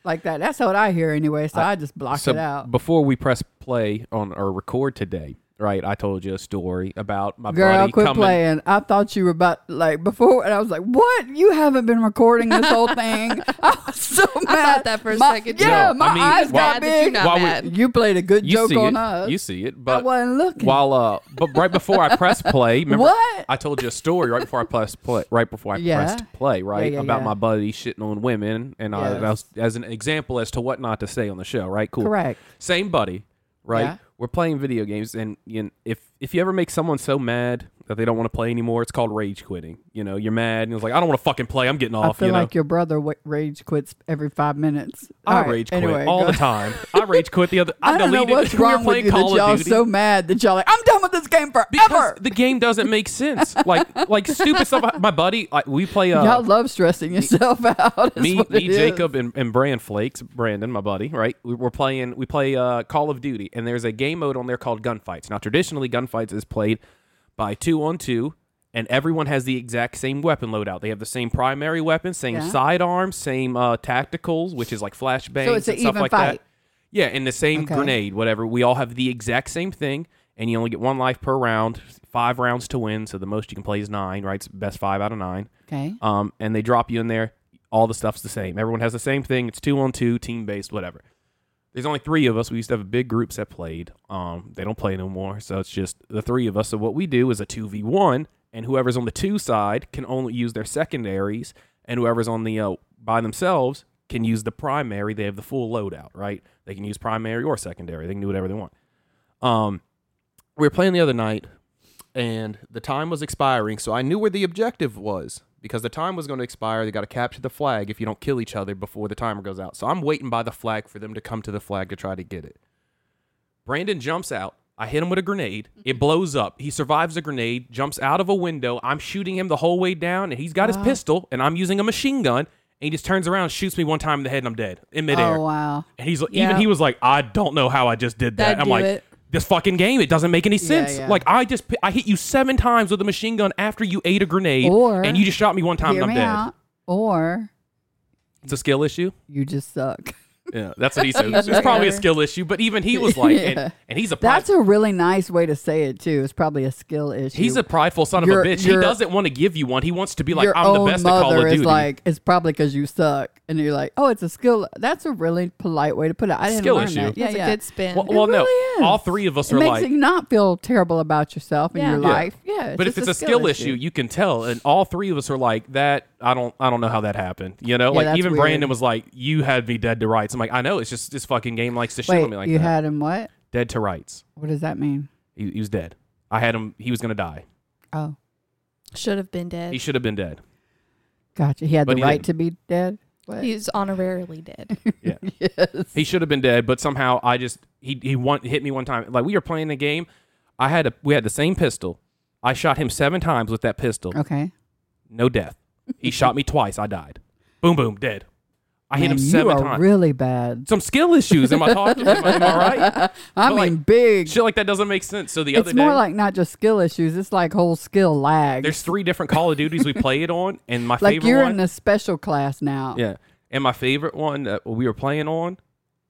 Speaker 1: Like that. That's what I hear anyway, so I, just block
Speaker 2: so
Speaker 1: it out.
Speaker 2: before we press play on or record today, right? I told you a story about my
Speaker 1: Girl,
Speaker 2: buddy
Speaker 1: quit
Speaker 2: coming.
Speaker 1: playing. I thought you were about like before, and I was like, "What? You haven't been recording this whole thing?" I was so mad.
Speaker 3: that for a
Speaker 1: My-
Speaker 3: second, too.
Speaker 1: Yeah,
Speaker 2: No,
Speaker 1: my
Speaker 2: I mean,
Speaker 1: eyes got
Speaker 2: why-
Speaker 3: Glad that you're
Speaker 1: big.
Speaker 3: not
Speaker 2: Why would-
Speaker 3: mad.
Speaker 1: You played a good
Speaker 2: You
Speaker 1: joke
Speaker 2: see
Speaker 1: on
Speaker 2: it.
Speaker 1: us.
Speaker 2: You see it, but
Speaker 1: wasn't looking.
Speaker 2: While uh, but right before I press play, remember
Speaker 1: What?
Speaker 2: I told you a story right before I pressed play, right before I
Speaker 1: Yeah.
Speaker 2: pressed play, right
Speaker 1: yeah,
Speaker 2: about
Speaker 1: yeah.
Speaker 2: my buddy shitting on women, and I,
Speaker 1: Yes.
Speaker 2: that was as an example as to what not to say on the show, right? Cool,
Speaker 1: Correct.
Speaker 2: Same buddy, right?
Speaker 1: Yeah.
Speaker 2: We're playing video games, and you know, if if you ever make someone so mad that they don't want to play anymore, it's called rage quitting. You know, you're mad, and it's like I don't want to fucking play. I'm getting
Speaker 1: I
Speaker 2: off.
Speaker 1: feel
Speaker 2: you know,
Speaker 1: like your brother w- rage quits every five minutes.
Speaker 2: I
Speaker 1: All right,
Speaker 2: rage quit all
Speaker 1: go-
Speaker 2: the time. I rage quit the other. I,
Speaker 1: I don't know what's
Speaker 2: deleted. we were
Speaker 1: wrong with
Speaker 2: playing
Speaker 1: you that
Speaker 2: Call of
Speaker 1: y'all
Speaker 2: Duty.
Speaker 1: so mad that y'all like I'm done with this game forever.
Speaker 2: because the game doesn't make sense. Like like stupid stuff. My buddy, like we play uh,
Speaker 1: y'all love stressing yourself out. is
Speaker 2: me,
Speaker 1: what
Speaker 2: me,
Speaker 1: it is.
Speaker 2: Jacob, and, and Brand Flakes, Brandon, my buddy, right? We, we're playing, we play uh, Call of Duty, and there's a game mode on there called gunfights. Now, traditionally, gunfights is played by two on two, and everyone has the exact same weapon loadout. They have the same primary weapon, same
Speaker 1: Yeah.
Speaker 2: sidearm, same uh, tacticals, which is like flashbangs
Speaker 1: So it's an
Speaker 2: and stuff
Speaker 1: even
Speaker 2: like
Speaker 1: fight.
Speaker 2: that. Yeah, and the same
Speaker 1: Okay.
Speaker 2: grenade, whatever. We all have the exact same thing, and you only get one life per round. Five rounds to win, so the most you can play is nine, right? It's best five out of nine.
Speaker 1: Okay.
Speaker 2: Um, and they drop you in there. All the stuff's the same. Everyone has the same thing. It's two on two, team based, whatever. There's only three of us. We used to have big groups that played. Um, they don't play no more, so it's just the three of us. So what we do is a two v one, and whoever's on the two side can only use their secondaries, and whoever's on the uh, by themselves can use the primary. They have the full loadout, right? They can use primary or secondary. They can do whatever they want. Um, we were playing the other night, and the time was expiring, so I knew where the objective was because the time was going to expire. They got to capture the flag if you don't kill each other before the timer goes out. So I'm waiting by the flag for them to come to the flag to try to get it. Brandon jumps out. I hit him with a grenade. It blows up. He survives the grenade, jumps out of a window. I'm shooting him the whole way down, and he's got his pistol, and I'm using a machine gun. And he just turns around, shoots me one time in the head, and I'm dead in midair.
Speaker 1: Oh wow.
Speaker 2: And he's
Speaker 3: Yeah.
Speaker 2: even he was like, I don't know how I just did that.
Speaker 3: That'd
Speaker 2: I'm
Speaker 3: do
Speaker 2: like,
Speaker 3: it.
Speaker 2: this fucking game, it doesn't make any sense.
Speaker 1: yeah.
Speaker 2: Like I just I hit you seven times with a machine gun after you ate a grenade,
Speaker 1: Or-
Speaker 2: and you just shot me one time
Speaker 1: Hear
Speaker 2: and I'm
Speaker 1: me
Speaker 2: dead.
Speaker 1: out. Or
Speaker 2: It's a skill issue.
Speaker 1: you just suck.
Speaker 2: Yeah, that's what he said. it's probably a skill issue, but even he was like, and, and he's a pride,
Speaker 1: That's a really nice way to say it too. It's probably a skill issue.
Speaker 2: he's a prideful son of a
Speaker 1: Your-
Speaker 2: bitch. He
Speaker 1: your-
Speaker 2: doesn't want to give you one. He wants to be like,
Speaker 1: your
Speaker 2: I'm the
Speaker 1: own
Speaker 2: best at Call
Speaker 1: mother
Speaker 2: of
Speaker 1: is
Speaker 2: Duty.
Speaker 1: like, it's probably because you suck, and you're like, oh, it's a skill. That's a really polite way to put it. I didn't
Speaker 2: Skill
Speaker 1: learn
Speaker 2: issue.
Speaker 1: that. Yeah,
Speaker 3: That's
Speaker 1: yeah.
Speaker 3: a good spin.
Speaker 2: well, well,
Speaker 1: really is.
Speaker 2: no, all three of us
Speaker 1: it
Speaker 2: are
Speaker 1: makes
Speaker 2: like,
Speaker 1: you not feel terrible about yourself and
Speaker 3: Yeah.
Speaker 1: your
Speaker 3: Yeah.
Speaker 1: life. Yeah,
Speaker 2: but if
Speaker 1: just
Speaker 2: it's a skill, issue, you can tell, and all three of us are like that. I don't, I don't know how that happened. You know,
Speaker 1: Yeah,
Speaker 2: like
Speaker 1: that's
Speaker 2: even
Speaker 1: weird.
Speaker 2: Brandon was like, "You had me dead to rights." I'm like, "I know." It's just this fucking game likes to shit
Speaker 1: Wait,
Speaker 2: on me like
Speaker 1: you
Speaker 2: that.
Speaker 1: had him what?
Speaker 2: dead to rights.
Speaker 1: What does that mean?
Speaker 2: He, he was dead. I had him. He was gonna die.
Speaker 1: Oh,
Speaker 3: Should have been dead.
Speaker 2: He should have been dead.
Speaker 1: gotcha. He had
Speaker 2: But
Speaker 1: the
Speaker 2: he
Speaker 1: right
Speaker 2: didn't.
Speaker 1: to be dead. What?
Speaker 3: He's honorarily dead.
Speaker 2: Yeah.
Speaker 1: yes.
Speaker 2: He should have been dead, but somehow I just he he one, hit me one time. Like we were playing a game. I had a we had the same pistol. I shot him seven times with that pistol.
Speaker 1: Okay.
Speaker 2: No death. He shot me twice. I died. Boom, boom, dead. I hit
Speaker 1: Man,
Speaker 2: him
Speaker 1: you
Speaker 2: seven
Speaker 1: are
Speaker 2: times.
Speaker 1: really bad.
Speaker 2: Some skill issues. Am I talking? Am I, am I right?
Speaker 1: I
Speaker 2: But,
Speaker 1: mean,
Speaker 2: like,
Speaker 1: big.
Speaker 2: Shit like that doesn't make sense. So the other
Speaker 1: It's
Speaker 2: day,
Speaker 1: more like not just skill issues. It's like whole skill lag.
Speaker 2: there's three different Call of Duties we played on, and my
Speaker 1: like
Speaker 2: favorite
Speaker 1: you're
Speaker 2: one.
Speaker 1: in a special class now.
Speaker 2: Yeah. And my favorite one that we were playing on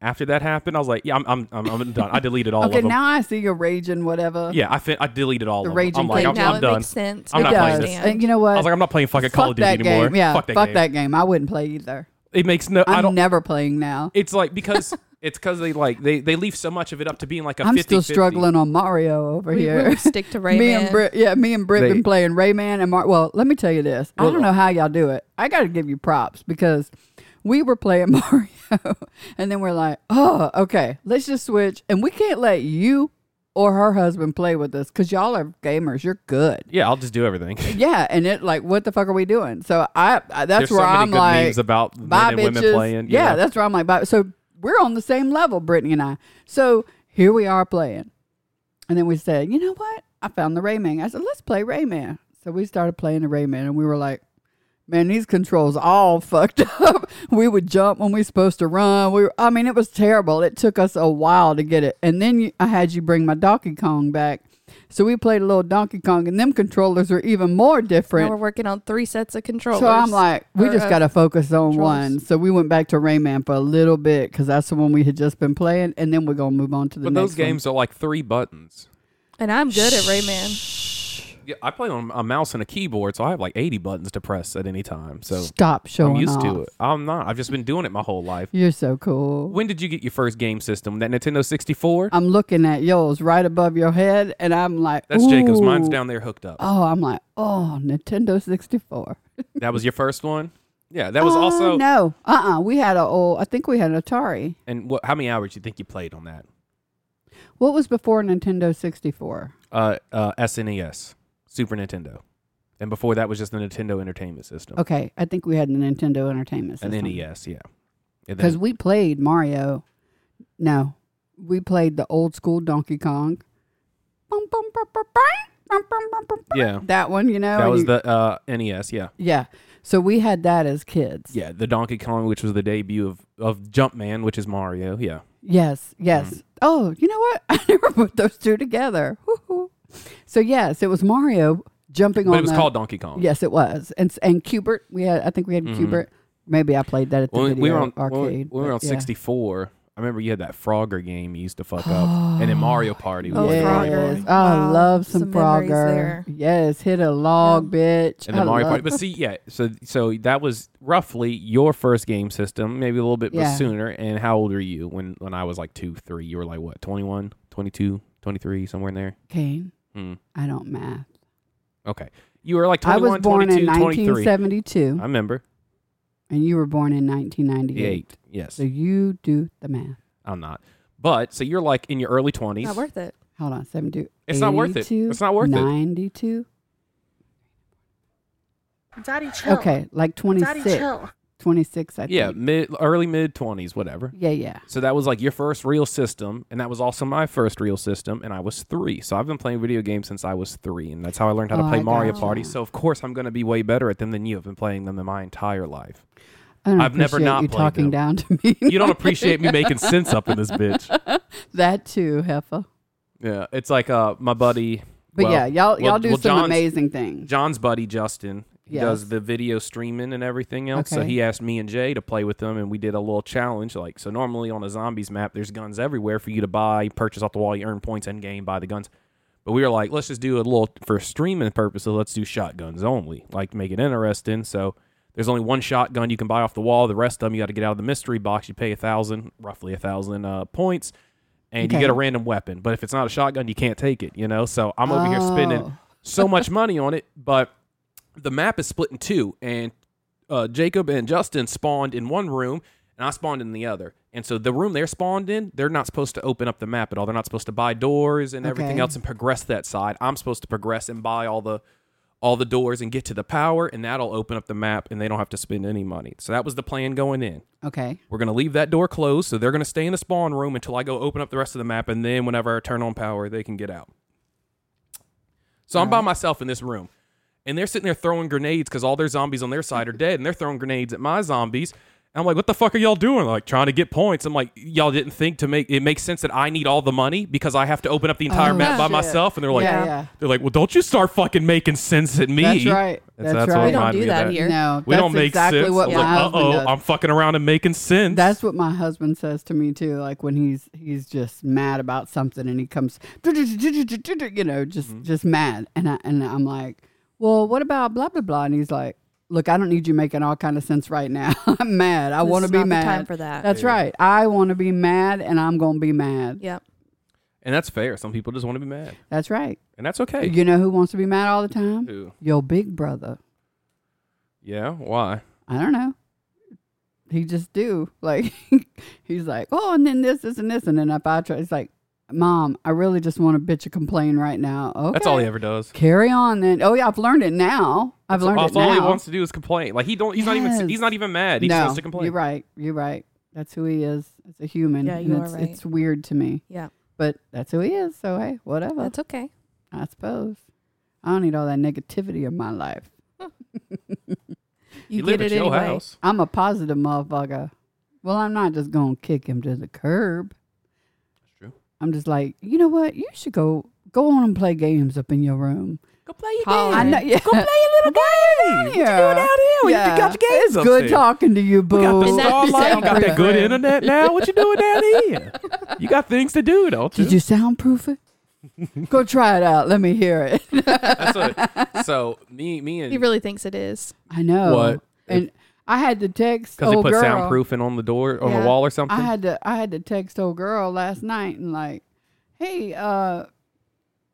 Speaker 2: after that happened, I was like, yeah, I'm, I'm, I'm, I'm done. I deleted all
Speaker 1: Okay,
Speaker 2: of them.
Speaker 1: now I see your rage and whatever.
Speaker 2: yeah, I, fin- I deleted all
Speaker 1: The
Speaker 2: of them.
Speaker 1: raging
Speaker 2: I'm like,
Speaker 1: thing.
Speaker 2: I'm,
Speaker 3: now
Speaker 2: I'm
Speaker 3: it
Speaker 2: done.
Speaker 3: makes sense.
Speaker 2: I'm
Speaker 1: it
Speaker 2: not playing
Speaker 1: does.
Speaker 2: this.
Speaker 1: And you know what?
Speaker 2: I was like, I'm not playing fucking Call
Speaker 1: Fuck
Speaker 2: of Duty
Speaker 1: that game.
Speaker 2: anymore.
Speaker 1: Yeah,
Speaker 2: fuck that game.
Speaker 1: I wouldn't play either.
Speaker 2: It makes no. I
Speaker 1: I'm
Speaker 2: don't.
Speaker 1: never playing now.
Speaker 2: it's like because it's because they like they they leave so much of it up to being like a.
Speaker 1: I'm
Speaker 2: 50,
Speaker 1: still struggling on Mario over
Speaker 3: We, we
Speaker 1: here.
Speaker 3: would stick to Rayman.
Speaker 1: me and Brit, yeah, me and Brit
Speaker 2: They-
Speaker 1: been playing Rayman and Mar. Well, let me tell you this. I
Speaker 2: Well-
Speaker 1: don't know how y'all do it. I got to give you props because we were playing Mario, and then we're like, oh, okay, let's just switch, and we can't let you or her husband play with us because y'all are gamers. You're good.
Speaker 2: Yeah, I'll just do everything.
Speaker 1: Yeah, and it like, what the fuck are we doing? So I, I that's
Speaker 2: There's
Speaker 1: where
Speaker 2: so many
Speaker 1: I'm
Speaker 2: good
Speaker 1: like,
Speaker 2: memes about men
Speaker 1: bye
Speaker 2: and women
Speaker 1: bitches.
Speaker 2: playing, you
Speaker 1: Yeah,
Speaker 2: know.
Speaker 1: that's where I'm like, bye. So we're on the same level, Brittany and I. So here we are playing, and then we said, you know what? I found the Rayman. I said, let's play Rayman. So we started playing the Rayman, and we were like, Man, these controls all fucked up. We would jump when we supposed to run. We were, I mean, it was terrible. It took us a while to get it. And then you, I had you bring my Donkey Kong back. So we played a little Donkey Kong, and them controllers are even more
Speaker 3: Now
Speaker 1: different.
Speaker 3: we're working on three sets of controllers.
Speaker 1: So I'm like, we
Speaker 3: Or,
Speaker 1: just
Speaker 3: uh,
Speaker 1: got to focus on
Speaker 3: controls.
Speaker 1: one. So we went back to Rayman for a little bit because that's the one we had just been playing, and then we're gonna move on to the
Speaker 2: But
Speaker 1: next
Speaker 2: those games are like three buttons.
Speaker 3: and I'm good at Rayman.
Speaker 2: Yeah, I play on a mouse and a keyboard, so I have like 80 buttons to press at any time.
Speaker 1: One.
Speaker 2: So
Speaker 1: Stop showing
Speaker 2: I'm used
Speaker 1: off.
Speaker 2: to it. I'm not. I've just been doing it my whole life.
Speaker 1: You're so cool.
Speaker 2: When did you get your first game system? That Nintendo 64?
Speaker 1: I'm looking at yours right above your head, and I'm like,
Speaker 2: That's Jacob's. Mine's
Speaker 1: "Ooh."
Speaker 2: down there hooked up.
Speaker 1: Oh, I'm like, oh, Nintendo 64.
Speaker 2: That was your first one? Yeah, that was
Speaker 1: Oh,
Speaker 2: also.
Speaker 1: no, uh, uh we had a old. I think we had an Atari.
Speaker 2: And what, how many hours do you think you played on that?
Speaker 1: What was before Nintendo 64?
Speaker 2: Uh, uh, SNES, Super Nintendo. And before that was just the Nintendo Entertainment System.
Speaker 1: Okay, I think we had the Nintendo Entertainment System.
Speaker 2: And then NES, yeah. And
Speaker 1: Because
Speaker 2: then,
Speaker 1: we played Mario. No, we played the old school Donkey Kong. Bum, bum, bum, bum, bum, bum, bum, bum, bum, bum.
Speaker 2: yeah.
Speaker 1: That one, you know?
Speaker 2: That
Speaker 1: and
Speaker 2: was
Speaker 1: you-
Speaker 2: the uh, NES, yeah.
Speaker 1: Yeah. So we had that as kids.
Speaker 2: Yeah, the Donkey Kong, which was the debut of, of Jumpman, which is Mario. Yeah.
Speaker 1: Yes, yes.
Speaker 2: Mm-hmm.
Speaker 1: Oh, you know what? I never put those two together. Woo-hoo. So, yes, it was Mario jumping on
Speaker 2: But it was
Speaker 1: the-
Speaker 2: called Donkey Kong.
Speaker 1: Yes, it was. And s- and Cubert, we had I think we had Cubert. Maybe I played that at the
Speaker 2: Mm-hmm. When we,
Speaker 1: video
Speaker 2: we were on when we-
Speaker 1: arcade.
Speaker 2: when we were
Speaker 1: but yeah.
Speaker 2: on 64. I remember you had that Frogger game you used to fuck up. and then Mario Party was
Speaker 3: Oh,
Speaker 2: the
Speaker 1: yes.
Speaker 2: big one.
Speaker 3: Frogger.
Speaker 1: Oh, I
Speaker 3: Wow,
Speaker 1: love some,
Speaker 3: some
Speaker 1: Frogger.
Speaker 3: memories there.
Speaker 1: Yes, hit a log, bitch.
Speaker 2: And then
Speaker 1: I
Speaker 2: Mario
Speaker 1: love-
Speaker 2: Party. But see, yeah, so so that was roughly your first game system, maybe a little bit
Speaker 1: Yeah.
Speaker 2: sooner. And how old are you when when I was like 2, 3? You were like what? 21, 22, 23, somewhere in there.
Speaker 1: Kane,
Speaker 2: Hmm.
Speaker 1: I don't math.
Speaker 2: Okay. You were like
Speaker 1: I
Speaker 2: 21,
Speaker 1: was born
Speaker 2: 22,
Speaker 1: in
Speaker 2: 23. I
Speaker 1: 1972,
Speaker 2: remember.
Speaker 1: and you were born in 1998.
Speaker 2: Eight. Yes.
Speaker 1: So you do the math.
Speaker 2: I'm not. But so you're like in your early 20s.
Speaker 3: Not worth it.
Speaker 1: Hold on, 72.
Speaker 2: It's not worth it.
Speaker 1: 82,
Speaker 2: It's not worth it.
Speaker 1: 92.
Speaker 6: Daddy chill.
Speaker 1: Okay, like
Speaker 6: Daddy
Speaker 1: 26.
Speaker 6: chill.
Speaker 1: 26, I
Speaker 2: yeah,
Speaker 1: think.
Speaker 2: mid early mid 20s, whatever.
Speaker 1: Yeah, yeah.
Speaker 2: So that was like your first real system, and that was also my first real system, and I was three. So I've been playing video games since I was three, and that's how I learned how to
Speaker 1: Oh,
Speaker 2: play
Speaker 1: I
Speaker 2: Mario
Speaker 1: gotcha.
Speaker 2: Party. So of course I'm going to be way better at them than you have been playing them in my entire life.
Speaker 1: I don't
Speaker 2: I've never
Speaker 1: appreciate
Speaker 2: not
Speaker 1: you
Speaker 2: played
Speaker 1: talking
Speaker 2: them.
Speaker 1: down to me.
Speaker 2: You don't appreciate me making sense up in this bitch.
Speaker 1: that too, Heffa.
Speaker 2: Yeah, it's like uh my buddy.
Speaker 1: But
Speaker 2: well,
Speaker 1: yeah, y'all y'all
Speaker 2: well-
Speaker 1: do
Speaker 2: well,
Speaker 1: some
Speaker 2: John's-
Speaker 1: amazing things.
Speaker 2: John's buddy Justin he
Speaker 1: Yes.
Speaker 2: does the video streaming and everything else. So
Speaker 1: Okay.
Speaker 2: he asked me and Jay to play with them, and we did a little challenge. Like so, normally on a zombies map, there's guns everywhere for you to buy, purchase off the wall, you earn points in game, buy the guns. But we were like, let's just do a little for streaming purposes. Let's do shotguns only, like to make it interesting. So there's only one shotgun you can buy off the wall. The rest of them you got to get out of the mystery box. You pay a thousand, roughly a thousand uh, points, and you
Speaker 1: Okay.
Speaker 2: get a random weapon. But if it's not a shotgun, you can't take it. You know. So I'm over here spending
Speaker 1: Oh.
Speaker 2: so much money on it, but the map is split in two, and uh, Jacob and Justin spawned in one room, and I spawned in the other. And so the room they're spawned in, they're not supposed to open up the map at all. They're not supposed to buy doors and everything
Speaker 1: Okay.
Speaker 2: else and progress that side. I'm supposed to progress and buy all the all the doors and get to the power, and that'll open up the map, and they don't have to spend any money. So that was the plan going in.
Speaker 1: Oh, Okay.
Speaker 2: We're gonna leave that door closed, so they're gonna stay in the spawn room until I go open up the rest of the map, and then whenever I turn on power, they can get out. So I'm by myself in this room, and they're sitting there throwing grenades because all their zombies on their side are dead, and they're throwing grenades at my zombies. And I'm like, "What the fuck are y'all doing? Like trying to get points?" I'm like, "Y'all didn't think to make it makes sense that I need all the money because I have to open up the entire
Speaker 1: Oh,
Speaker 2: map by
Speaker 1: shit.
Speaker 2: myself." And they're like,
Speaker 1: Yeah, yeah.
Speaker 2: "They're like, well, don't you start fucking making sense at me?"
Speaker 1: That's right. That's,
Speaker 2: what
Speaker 1: right.
Speaker 3: We don't
Speaker 2: reminded
Speaker 3: do
Speaker 2: me of
Speaker 3: that here.
Speaker 1: No,
Speaker 2: We
Speaker 1: that's
Speaker 2: don't make
Speaker 1: exactly
Speaker 2: sense.
Speaker 1: what
Speaker 2: I was
Speaker 1: my
Speaker 2: like,
Speaker 1: husband
Speaker 2: "Uh-oh,
Speaker 1: does.
Speaker 2: I'm fucking around and making sense."
Speaker 1: That's what my husband says to me too. Like when he's he's just mad about something and he comes, you know, just
Speaker 2: Mm-hmm.
Speaker 1: just mad, and I and I'm like, well, what about blah blah blah, and he's like. Look, I don't need you making all kind of sense right now. I'm mad. I
Speaker 3: This
Speaker 1: want to
Speaker 3: is
Speaker 1: be
Speaker 3: not the
Speaker 1: mad.
Speaker 3: time for that.
Speaker 1: That's right. I want to be mad, and I'm gonna be mad.
Speaker 3: Yep.
Speaker 2: And that's fair. Some people just want to be mad,
Speaker 1: That's right.
Speaker 2: and that's okay.
Speaker 1: You know who wants to be mad all the time?
Speaker 2: Who?
Speaker 1: Your big brother.
Speaker 2: Yeah. Why?
Speaker 1: I don't know. He just do like he's like, oh, and then this, this, and this, and then if I try, it's like, mom, I really just want to bitch and complain right now. Okay,
Speaker 2: That's all he ever does.
Speaker 1: Carry on then. Oh yeah, I've learned it now. I've learned
Speaker 2: all,
Speaker 1: it
Speaker 2: all he
Speaker 1: now.
Speaker 2: wants to do is complain. Like he don't. He's not even. He's
Speaker 1: Yes.
Speaker 2: not even mad. He
Speaker 1: no,
Speaker 2: just wants to complain.
Speaker 1: You're right. You're right. That's who he is. It's a human.
Speaker 3: Yeah,
Speaker 1: and
Speaker 3: you are
Speaker 1: it's,
Speaker 3: right.
Speaker 1: It's weird to me,
Speaker 3: Yeah.
Speaker 1: but that's who he is. So hey, whatever.
Speaker 3: That's okay.
Speaker 1: I suppose. I don't need all that negativity in my life.
Speaker 3: You,
Speaker 2: you
Speaker 3: get
Speaker 2: live
Speaker 3: it
Speaker 2: at your
Speaker 3: anyway.
Speaker 2: house.
Speaker 1: I'm a positive motherfucker. Well, I'm not just gonna kick him to the curb.
Speaker 2: That's true.
Speaker 1: I'm just like, you know what? You should go go on and play games up in your room.
Speaker 2: Go play your
Speaker 3: Holler.
Speaker 1: I know. Yeah. Go play
Speaker 2: a little
Speaker 1: game.
Speaker 2: What you doing out here? We got your games
Speaker 1: It's
Speaker 2: up
Speaker 1: good
Speaker 2: there.
Speaker 1: talking to you, boo.
Speaker 2: got the
Speaker 3: And that
Speaker 2: starlight. You got that
Speaker 3: soundproof
Speaker 2: good
Speaker 3: room.
Speaker 2: internet now. What you doing down here? You got things to do, don't you?
Speaker 1: Did you soundproof it? go try it out. Let me hear it.
Speaker 2: That's what, so me, me and
Speaker 3: He really thinks it is.
Speaker 1: I know.
Speaker 2: What?
Speaker 1: And I had to text
Speaker 2: because they
Speaker 1: old
Speaker 2: put
Speaker 1: Oh, girl.
Speaker 2: soundproofing on the door on
Speaker 3: Yeah.
Speaker 2: the wall or something.
Speaker 1: I had to I had to text old girl last night and like, hey, uh,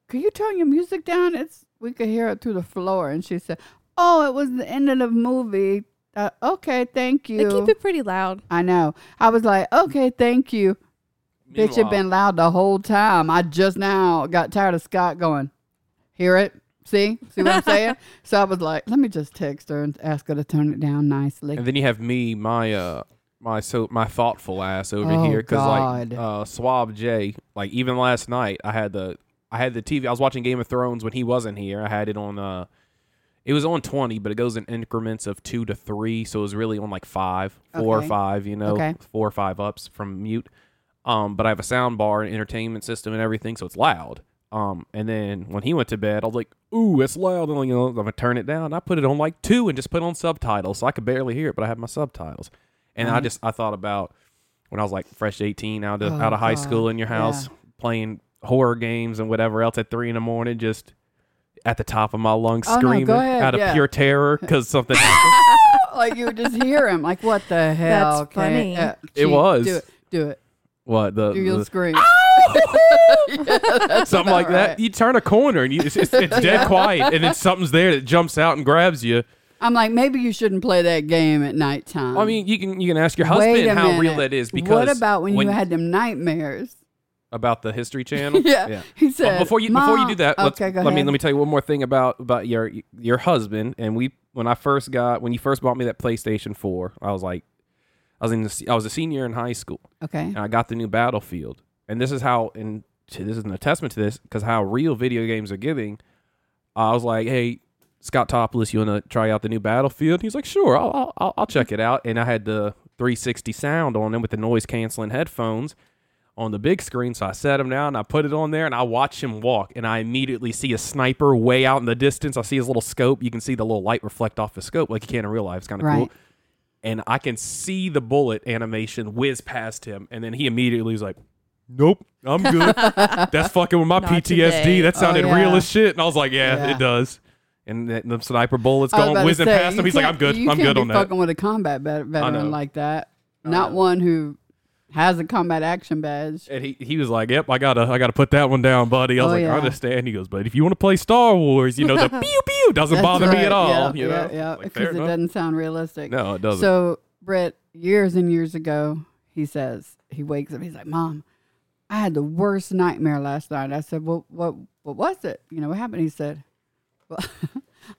Speaker 1: could you turn your music down? It's we could hear it through the floor. And she said, oh, it was the end of the movie. Uh, okay, thank
Speaker 3: They
Speaker 1: you.
Speaker 3: keep it pretty loud.
Speaker 1: I know. I was like, okay, thank you. Bitch, it
Speaker 2: Meanwhile-
Speaker 1: been loud the whole time. I just now got tired of Scott going, hear it. See, see what I'm saying? so I was like, let me just text her and ask her to turn it down nicely.
Speaker 2: And then you have me, my uh, my so my thoughtful ass over
Speaker 1: Oh,
Speaker 2: here, because like
Speaker 1: God.
Speaker 2: uh, Swab J, like even last night, I had the I had the TV. I was watching Game of Thrones when he wasn't here. I had it on. Uh, it was on twenty, but it goes in increments of two to three, so it was really on like five, four
Speaker 1: Okay.
Speaker 2: or five, you know,
Speaker 1: Okay.
Speaker 2: four or five ups from mute. Um, but I have a sound bar and entertainment system and everything, so it's loud. Um, and then when he went to bed, I was like, "Ooh, it's loud!" And you know, I'm gonna turn it down. I put it on like two and just put on subtitles, so I could barely hear it, but I had my subtitles. And I just I thought about when I was like fresh eighteen out of
Speaker 1: Uh-huh. Oh,
Speaker 2: out of high
Speaker 1: God.
Speaker 2: school in your house playing horror games and whatever else at three in the morning, just at the top of my lungs
Speaker 1: Oh, no, go
Speaker 2: screaming
Speaker 1: ahead,
Speaker 2: out of
Speaker 1: yeah.
Speaker 2: pure terror because something happened.
Speaker 1: like you would just hear him. Like what the hell?
Speaker 3: That's
Speaker 1: Kay?
Speaker 3: funny.
Speaker 2: It
Speaker 1: Chief,
Speaker 2: was. Uh,
Speaker 1: Do it. Do it.
Speaker 2: What the,
Speaker 1: Do your
Speaker 2: the-
Speaker 1: scream.
Speaker 5: something like
Speaker 1: right.
Speaker 5: that. You turn a corner and you, it's, it's, it's dead quiet, and then something's there that jumps out and grabs you.
Speaker 1: I'm like, maybe you shouldn't play that game at nighttime.
Speaker 2: I mean, you can you can ask your
Speaker 1: Wait
Speaker 2: husband
Speaker 1: a
Speaker 2: how real
Speaker 1: minute.
Speaker 2: that is because
Speaker 1: what about when, you had them nightmares?
Speaker 2: about the History Channel?
Speaker 1: Yeah. He
Speaker 2: Well,
Speaker 1: said
Speaker 2: before you before you do that,
Speaker 1: "Mom."
Speaker 2: let's,
Speaker 1: okay, go
Speaker 2: let me
Speaker 1: ahead.
Speaker 2: let me tell you one more thing about about your your husband and we when I first got when you first bought me that PlayStation 4, I was like I was in the, se- I was a senior in high school
Speaker 1: Okay.
Speaker 2: and I got the new Battlefield. And this is how and t- this is an testament to this cuz how real video games are getting. I was like, "Hey, Scott Topless, you want to try out the new Battlefield?" And he's like, "Sure, I'll- I'll, I'll I'll check it out." And I had the 360 sound on him with the noise canceling headphones on the big screen. So I set him down, I put it on there, and I watch him walk. And I immediately see a sniper way out in the distance. I see his little scope. You can see the little light reflect off his scope, like you can in real life. It's kind of
Speaker 1: Right.
Speaker 2: cool. And I can see the bullet animation whiz past him, and then he immediately is like,
Speaker 5: Nope, I'm good. That's fucking with my
Speaker 3: Not
Speaker 5: PTSD.
Speaker 3: today.
Speaker 5: That
Speaker 1: Oh,
Speaker 5: sounded real
Speaker 1: yeah.
Speaker 5: as shit, and I was like, yeah,
Speaker 1: Yeah.
Speaker 5: it does.
Speaker 2: and the, the sniper bullets
Speaker 1: I was about
Speaker 2: going
Speaker 1: to
Speaker 2: whizzing
Speaker 1: say,
Speaker 2: past
Speaker 1: you
Speaker 2: him. He's like,
Speaker 1: can't-
Speaker 2: "I'm good.
Speaker 1: You
Speaker 5: I'm
Speaker 1: can't
Speaker 5: good
Speaker 1: be
Speaker 5: on that."
Speaker 1: fucking with a combat vet-
Speaker 2: know.
Speaker 1: veteran like that. Not one who has a combat action badge.
Speaker 2: And he,
Speaker 5: He was like, "Yep, I gotta, I gotta put that one down, buddy." I was
Speaker 1: Oh,
Speaker 5: like,
Speaker 1: yeah.
Speaker 5: "I understand." He goes, "But if you want to play Star Wars, you know the pew pew doesn't
Speaker 1: That's
Speaker 5: bother me
Speaker 1: right.
Speaker 5: at all."
Speaker 1: Yeah,
Speaker 5: you know?
Speaker 1: yeah, yeah.
Speaker 5: Like,
Speaker 1: Because
Speaker 5: fair
Speaker 1: it
Speaker 5: enough.
Speaker 1: doesn't sound realistic.
Speaker 2: no, it doesn't.
Speaker 1: So Brett, years and years ago, he says he wakes up. He's like, "Mom, I had the worst nightmare last night." I said, "Well, what? What was it? You know, what happened?" He said, "Well,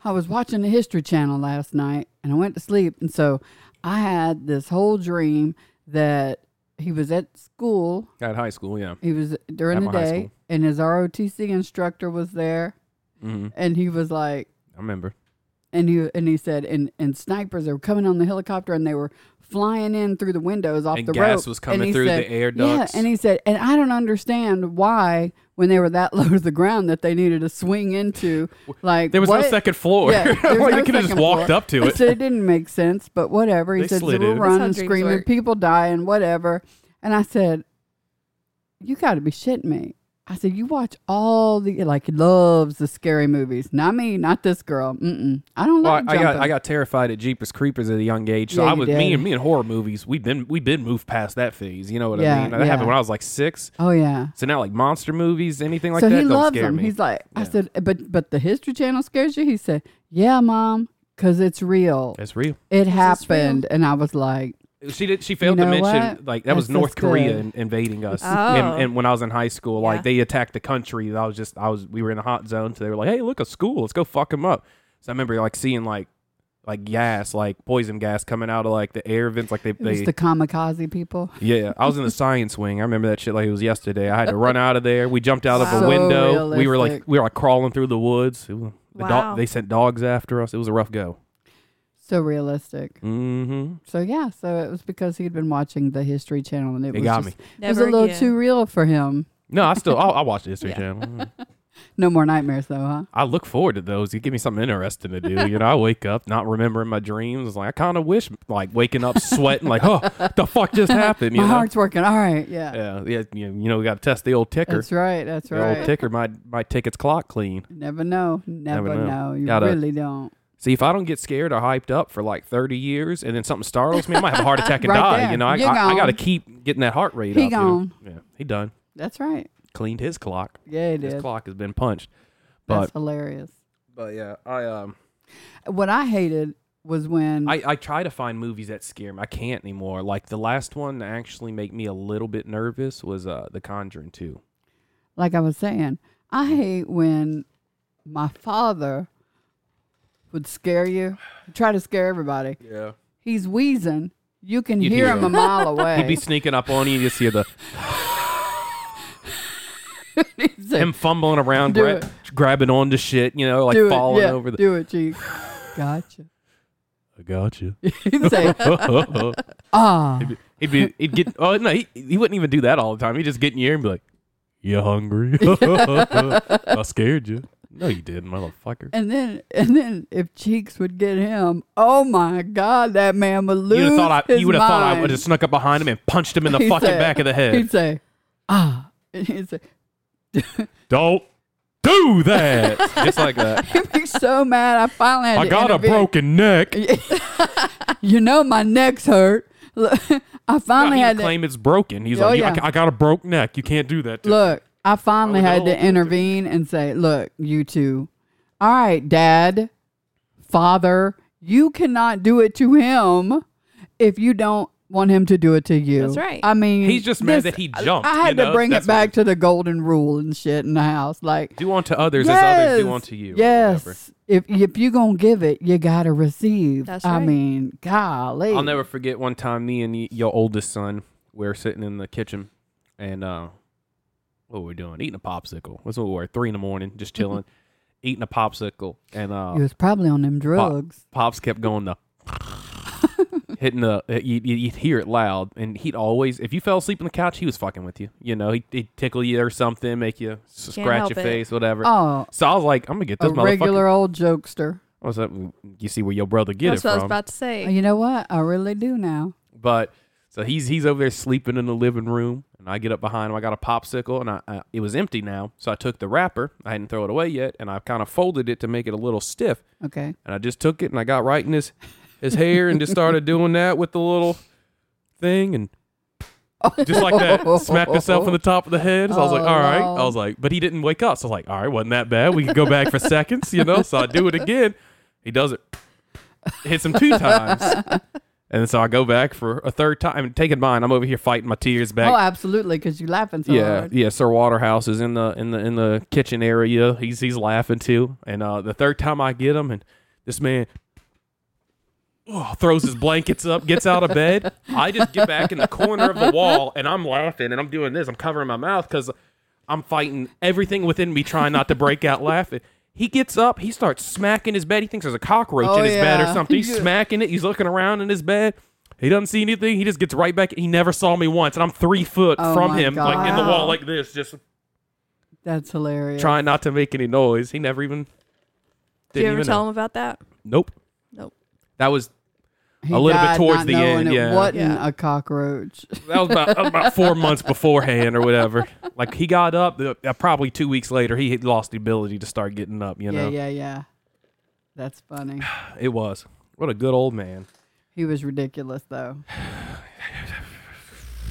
Speaker 1: I was watching the History Channel last night, and I went to sleep, and so I had this whole dream that he was at school.
Speaker 2: At high school, yeah.
Speaker 1: He was during
Speaker 2: At
Speaker 1: the
Speaker 2: my high
Speaker 1: day,
Speaker 2: school.
Speaker 1: and his ROTC instructor was there,
Speaker 5: Mm-hmm.
Speaker 2: hmm
Speaker 1: and he was like."
Speaker 2: I remember.
Speaker 1: and he and he said and and snipers they were coming on the helicopter and they were flying in through the windows off
Speaker 2: And
Speaker 1: the
Speaker 2: gas
Speaker 1: rope.
Speaker 2: was
Speaker 1: And
Speaker 2: coming
Speaker 1: he
Speaker 2: through
Speaker 1: said-
Speaker 2: the air ducts.
Speaker 1: Yeah, and he said, and I don't understand why when they were that low to the ground that they needed to swing into. Like
Speaker 5: There was
Speaker 1: what?
Speaker 5: no second floor.
Speaker 1: Yeah, there's
Speaker 5: like,
Speaker 1: no
Speaker 5: you could have just
Speaker 1: second
Speaker 5: walked
Speaker 1: floor.
Speaker 5: up to it.
Speaker 1: So it didn't make sense, but whatever. He
Speaker 5: They
Speaker 1: said
Speaker 5: slid
Speaker 1: they were
Speaker 5: in.
Speaker 3: That's how
Speaker 1: running,
Speaker 3: dreams
Speaker 1: screaming,
Speaker 3: work.
Speaker 1: people dying, whatever. And I said, "You got to be shitting me." I said, "You watch all the like he loves the scary movies. Not me, not this girl. Mm-mm. I don't
Speaker 2: Well, I,
Speaker 1: like
Speaker 2: I got
Speaker 1: jumping.
Speaker 2: I got terrified at Jeepers Creepers at a young age. So
Speaker 1: Yeah,
Speaker 2: I
Speaker 1: you
Speaker 2: was
Speaker 1: did.
Speaker 2: me and me and horror movies. We've been we've been moved past that phase. You know what
Speaker 1: Yeah,
Speaker 2: I mean? That
Speaker 1: yeah.
Speaker 2: happened when I was like six.
Speaker 1: oh yeah."
Speaker 2: So now like monster movies, anything like
Speaker 1: so
Speaker 2: that
Speaker 1: he
Speaker 2: don't
Speaker 1: loves
Speaker 2: scare
Speaker 1: them.
Speaker 2: me.
Speaker 1: He's like, I
Speaker 2: Yeah.
Speaker 1: said, but but the History Channel scares you. He said, Yeah, mom, because it's real.
Speaker 2: That's real.
Speaker 1: It
Speaker 3: it's real.
Speaker 1: happened, and I was like,
Speaker 2: She did. She failed
Speaker 1: know
Speaker 2: to mention
Speaker 1: what?
Speaker 2: like that was
Speaker 1: That's
Speaker 2: North
Speaker 1: just good.
Speaker 2: Korea in, invading us.
Speaker 3: Oh.
Speaker 2: And, and when I was in high school, like
Speaker 3: Yeah.
Speaker 2: they attacked the country. and I was just I was we were in a hot zone, so they were like, "Hey, look, a school. Let's go fuck them up." So I remember like seeing like like gas, like poison gas coming out of like the air vents, like they
Speaker 1: it was
Speaker 2: they
Speaker 1: the kamikaze people.
Speaker 2: Yeah, I was in the science wing. I remember that shit like it was yesterday. I had to run out of there. We jumped out of a
Speaker 1: Wow. So
Speaker 2: window. We were like
Speaker 1: realistic.
Speaker 2: we were like crawling through the woods. It was- the dog-
Speaker 3: Wow.
Speaker 2: they sent dogs after us. It was a rough go.
Speaker 1: So realistic.
Speaker 2: Mm-hmm.
Speaker 1: So yeah, so it was because he had been watching the History Channel and it,
Speaker 2: It
Speaker 1: was
Speaker 2: got
Speaker 1: just,
Speaker 2: me.
Speaker 1: It was a little too real for him.
Speaker 2: No, I still I, I watch the History
Speaker 1: Yeah.
Speaker 2: Channel. Mm-hmm.
Speaker 1: No more nightmares though, huh?
Speaker 2: I look forward to those. You give me something interesting to do. You know, I wake up not remembering my dreams. It's like I kind of wish like waking up sweating like, oh, the fuck just happened. You
Speaker 1: My
Speaker 2: know?
Speaker 1: heart's working. All right, yeah.
Speaker 2: yeah, yeah, you you know, we got to test the old ticker.
Speaker 1: That's right. That's
Speaker 2: the
Speaker 1: right.
Speaker 2: old ticker might might take its clock clean.
Speaker 1: Never know. Never,
Speaker 2: know.
Speaker 1: know. You
Speaker 2: Gotta-
Speaker 1: really don't.
Speaker 2: See, if I don't get scared or hyped up for like 30 years, and then something startles me, I might have a heart attack and
Speaker 1: Right
Speaker 2: die.
Speaker 1: there.
Speaker 2: You know, I,
Speaker 1: You
Speaker 2: I, I
Speaker 1: gone.
Speaker 2: got to keep getting that heart rate
Speaker 1: He
Speaker 2: up. you know?
Speaker 1: gone.
Speaker 2: Yeah, he done.
Speaker 1: That's right.
Speaker 2: Cleaned his clock.
Speaker 1: Yeah, it
Speaker 2: His
Speaker 1: is.
Speaker 2: clock has been punched.
Speaker 1: That's
Speaker 2: But
Speaker 1: hilarious.
Speaker 2: but yeah, I um
Speaker 1: What I hated was when
Speaker 2: I, I try to find movies that scare me. I can't anymore. Like the last one to actually make me a little bit nervous was uh The Conjuring 2.
Speaker 1: like I was saying, I
Speaker 2: Mm.
Speaker 1: hate when my father would scare you, try to scare everybody.
Speaker 2: Yeah.
Speaker 1: He's wheezing. You can
Speaker 2: You'd
Speaker 1: hear
Speaker 2: hear
Speaker 1: him, a
Speaker 2: him.
Speaker 1: mile away.
Speaker 2: He'd be sneaking up on you, you just hear the
Speaker 1: He'd say,
Speaker 2: him fumbling around,
Speaker 1: Do
Speaker 2: gra-
Speaker 1: it.
Speaker 2: grabbing onto shit, you know, like
Speaker 1: do
Speaker 2: falling
Speaker 1: it, yeah,
Speaker 2: over the
Speaker 1: Do it, Chief. Gotcha.
Speaker 5: I got you.
Speaker 1: He'd say, ah.
Speaker 2: He'd be, he'd get. Oh no, he, he wouldn't even do that all the time. He'd just get in your ear and be like,
Speaker 5: You hungry?
Speaker 2: "Uh,
Speaker 5: I scared you.
Speaker 2: "No, you didn't, motherfucker."
Speaker 1: And then, and then, if Cheeks would get him, oh my God, that man would lose
Speaker 2: You would have thought I.
Speaker 1: his
Speaker 2: You would have thought I
Speaker 1: mind.
Speaker 2: would have snuck up behind him and punched him in the
Speaker 1: He'd
Speaker 2: fucking
Speaker 1: say-
Speaker 2: back of the head.
Speaker 1: He'd say, ah, and he'd say,
Speaker 5: Don't do that.
Speaker 2: just like that.
Speaker 1: he'd be so mad. I finally had
Speaker 5: I
Speaker 1: to
Speaker 5: got a
Speaker 1: intervene.
Speaker 5: broken neck.
Speaker 1: You know my neck's hurt. Look, I
Speaker 2: No,
Speaker 1: finally
Speaker 2: he
Speaker 1: had
Speaker 2: would
Speaker 1: to
Speaker 2: claim it's broken. He's
Speaker 1: Oh,
Speaker 2: like,
Speaker 5: You-
Speaker 1: yeah.
Speaker 5: I, I got a broke neck. You can't do that. To me.
Speaker 1: look. I finally
Speaker 2: Oh,
Speaker 1: had
Speaker 2: no.
Speaker 1: to intervene and say, "Look, you two, all right, Dad, Father, you cannot do it to him if you don't want him to do it to you."
Speaker 3: That's right.
Speaker 1: I mean,
Speaker 2: He's just
Speaker 1: this-
Speaker 2: mad that he jumped,
Speaker 1: I had
Speaker 2: you
Speaker 1: to
Speaker 2: know?
Speaker 1: bring
Speaker 2: That's
Speaker 1: it
Speaker 2: what
Speaker 1: back to the golden rule and shit in the house, like.
Speaker 2: do unto others as others do unto you. or whatever.
Speaker 1: Yes. If if you gonna give it, you gotta receive.
Speaker 3: That's
Speaker 1: I
Speaker 3: right.
Speaker 1: mean, golly.
Speaker 2: I'll never forget one time me and y- your oldest son we were sitting in the kitchen and uh what were we doing? Eating a popsicle. That's what we were. Three in the morning, just chilling, eating a popsicle. And uh
Speaker 1: He was probably on them drugs.
Speaker 2: Pops kept going to hitting the you, you- you'd hear it loud and he'd always if you fell asleep on the couch he was fucking with you you know he'd, he'd tickle you or something make you s- scratch
Speaker 3: help
Speaker 2: your
Speaker 3: it.
Speaker 2: face whatever
Speaker 1: Oh,
Speaker 2: so I was like I'm gonna get
Speaker 1: a
Speaker 2: this
Speaker 1: regular
Speaker 2: motherfucker
Speaker 1: old jokester.
Speaker 2: I was like, you see where your brother get
Speaker 3: That's
Speaker 2: it
Speaker 3: what I
Speaker 2: from
Speaker 3: was about to say.
Speaker 1: You know what? I really do now.
Speaker 2: but so he's he's over there sleeping in the living room and I get up behind him I got a popsicle and I, I it was empty now so I took the wrapper I hadn't thrown it away yet and I kind of folded it to make it a little stiff
Speaker 1: Okay.
Speaker 2: and I just took it and I got right in his his hair and just started doing that with the little thing and
Speaker 5: Just like that. Smacked myself on the top of the head. So I was like,
Speaker 1: Oh,
Speaker 5: all right.
Speaker 1: no.
Speaker 5: I was like, but he didn't wake up. So I was like, all right, wasn't that bad. We could go back for seconds, you know? So I do it again.
Speaker 2: he does it hits him two times and so I go back for a third time and taking mine I'm over here fighting my tears back
Speaker 1: Oh, absolutely, because you laughing so
Speaker 2: yeah,
Speaker 1: hard.
Speaker 2: yeah. Sir Waterhouse is in the in the in the kitchen area. He's he's laughing too. And uh, the third time I get him, and this man oh, throws his blankets up, gets out of bed. I just get back in the corner of the wall, and I'm laughing, and I'm doing this. I'm covering my mouth because I'm fighting everything within me, trying not to break out laughing. He gets up, he starts smacking his bed. He thinks there's a cockroach
Speaker 1: Oh,
Speaker 2: in his bed or
Speaker 1: yeah.
Speaker 2: something. He's smacking it. He's looking around in his bed. He doesn't see anything. He just gets right back. He never saw me once, and I'm three foot
Speaker 1: Oh
Speaker 2: from
Speaker 1: my
Speaker 2: him, like in the
Speaker 1: God.
Speaker 2: wall, like this, just
Speaker 1: That's hilarious.
Speaker 2: trying not to make any noise. He never even.
Speaker 3: Did you
Speaker 2: Didn't
Speaker 3: ever
Speaker 2: even
Speaker 3: tell
Speaker 2: know.
Speaker 3: him about that?
Speaker 2: Nope.
Speaker 3: Nope.
Speaker 2: That was
Speaker 1: He
Speaker 2: a little bit
Speaker 1: died
Speaker 2: towards
Speaker 1: not
Speaker 2: the
Speaker 1: knowing
Speaker 2: end,
Speaker 1: It
Speaker 2: yeah.
Speaker 1: wasn't
Speaker 3: Yeah.
Speaker 1: a cockroach.
Speaker 2: that was about about four months beforehand or whatever. Like he got up uh, uh, probably two weeks later. He had lost the ability to start getting up. You know,
Speaker 1: Yeah, yeah, yeah. That's funny.
Speaker 2: it was what a good old man.
Speaker 1: He was ridiculous, though.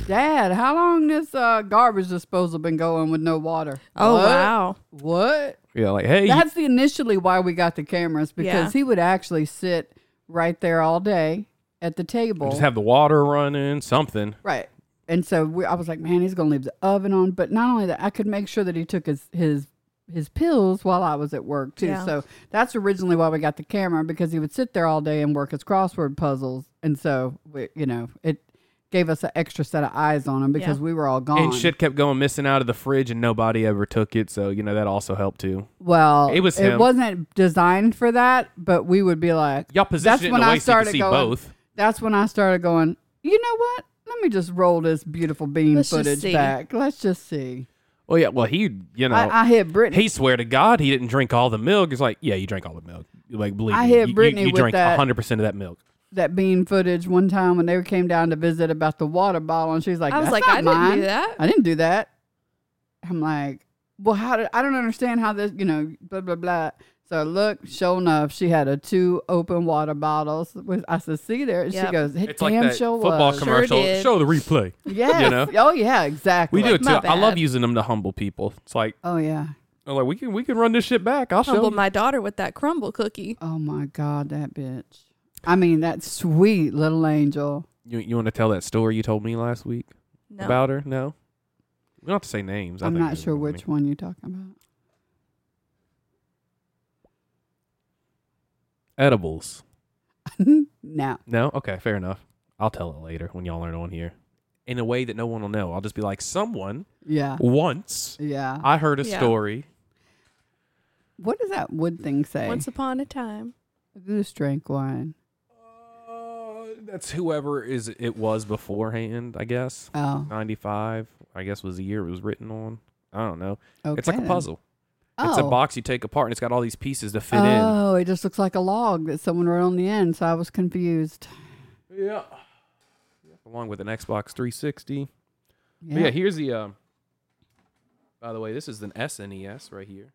Speaker 1: Dad, how long this uh, garbage disposal been going with no water?
Speaker 3: Oh
Speaker 1: What?
Speaker 3: wow.
Speaker 1: What?
Speaker 2: Yeah, like hey,
Speaker 1: That's the initially why we got the cameras because
Speaker 3: Yeah.
Speaker 1: he would actually sit right there all day at the
Speaker 2: you
Speaker 1: table.
Speaker 2: just have the water running, something.
Speaker 1: Right. And so we, I was like, man, he's gonna leave the oven on. But not only that, I could make sure that he took his his his pills while I was at work too.
Speaker 3: Yeah.
Speaker 1: So that's originally why we got the camera because he would sit there all day and work his crossword puzzles. And so we, you know, it gave us an extra set of eyes on him because
Speaker 3: Yeah.
Speaker 1: we were all gone.
Speaker 2: And shit kept going missing out of the fridge, and nobody ever took it. So you know that also helped too.
Speaker 1: Well,
Speaker 2: It was
Speaker 1: It
Speaker 2: him.
Speaker 1: wasn't designed for that, but we would be like,
Speaker 2: Y'all
Speaker 1: That's
Speaker 2: positioned it in
Speaker 1: when
Speaker 2: a
Speaker 1: I
Speaker 2: way so you
Speaker 1: started
Speaker 2: could see
Speaker 1: going-
Speaker 2: both.
Speaker 1: That's when I started going. You know what? Let me just roll this beautiful bean
Speaker 3: Let's just
Speaker 1: footage
Speaker 3: see."
Speaker 1: back. Let's just see.
Speaker 2: Well, yeah. Well, he, you know,
Speaker 1: I, I hit Brittany.
Speaker 2: he swear to God he didn't drink all the milk. It's like, yeah, you drank all the milk. Like, believe
Speaker 1: I
Speaker 2: me,
Speaker 1: hit
Speaker 2: you, you,
Speaker 1: Brittany
Speaker 2: you
Speaker 1: with
Speaker 2: drank
Speaker 1: that.
Speaker 2: 100 percent of that milk.
Speaker 1: that bean footage one time when they came down to visit about the water bottle, and she's like,
Speaker 3: I was
Speaker 1: "That's
Speaker 3: like,
Speaker 1: not
Speaker 3: I didn't
Speaker 1: mine.
Speaker 3: do that.
Speaker 1: I didn't do that." I'm like, "Well, how did I don't understand how this, you know, blah blah blah." So look, sure enough, she had a two open water bottles. With I said, "See there," and she
Speaker 3: Yep.
Speaker 1: goes, "It
Speaker 2: It's like
Speaker 1: damn
Speaker 2: that
Speaker 1: sure
Speaker 2: football
Speaker 1: was."
Speaker 3: Sure
Speaker 2: commercial.
Speaker 3: did.
Speaker 2: Show the re-
Speaker 5: replay.
Speaker 1: yes.
Speaker 2: know?
Speaker 1: Oh yeah, exactly.
Speaker 2: We do it
Speaker 3: my
Speaker 2: too. I love
Speaker 3: bad.
Speaker 2: using them to humble people. It's like,
Speaker 1: Oh yeah.
Speaker 2: I'm like we can we can run this shit back. I'll show.
Speaker 3: Humbled
Speaker 2: you.
Speaker 3: my daughter with that crumble cookie.
Speaker 1: Oh my God, that bitch. I mean, that sweet little angel.
Speaker 2: You, you want to tell that story you told me last week
Speaker 3: No.
Speaker 2: about her? No. We don't have to say names. I
Speaker 1: I'm
Speaker 2: think
Speaker 1: not
Speaker 2: you
Speaker 1: sure
Speaker 2: know what I
Speaker 1: which
Speaker 2: mean.
Speaker 1: one you're talking about.
Speaker 2: Edibles.
Speaker 1: No.
Speaker 2: No. Okay. Fair enough. I'll tell it later when y'all aren't on here. In a way that no one will know. I'll just be like, someone
Speaker 1: Yeah.
Speaker 2: once
Speaker 1: Yeah.
Speaker 2: I heard a
Speaker 3: Yeah.
Speaker 2: story.
Speaker 1: What does that wood thing say?
Speaker 3: Once upon a time.
Speaker 1: a goose drank wine.
Speaker 2: Uh, that's whoever is it was beforehand. I guess
Speaker 1: Oh,
Speaker 2: ninety five. I guess was the year it was written on. I don't know.
Speaker 1: okay.
Speaker 2: it's like a
Speaker 1: then.
Speaker 2: puzzle.
Speaker 1: Oh.
Speaker 2: It's a box you take apart, and it's got all these pieces to fit
Speaker 1: Oh, it just looks like a log that someone wrote on the end. So I was confused.
Speaker 2: Oh, in. Yeah. Along with an Xbox 360. But
Speaker 1: Yeah.
Speaker 2: yeah, here's the. Um, by the way, this is an SNES right here.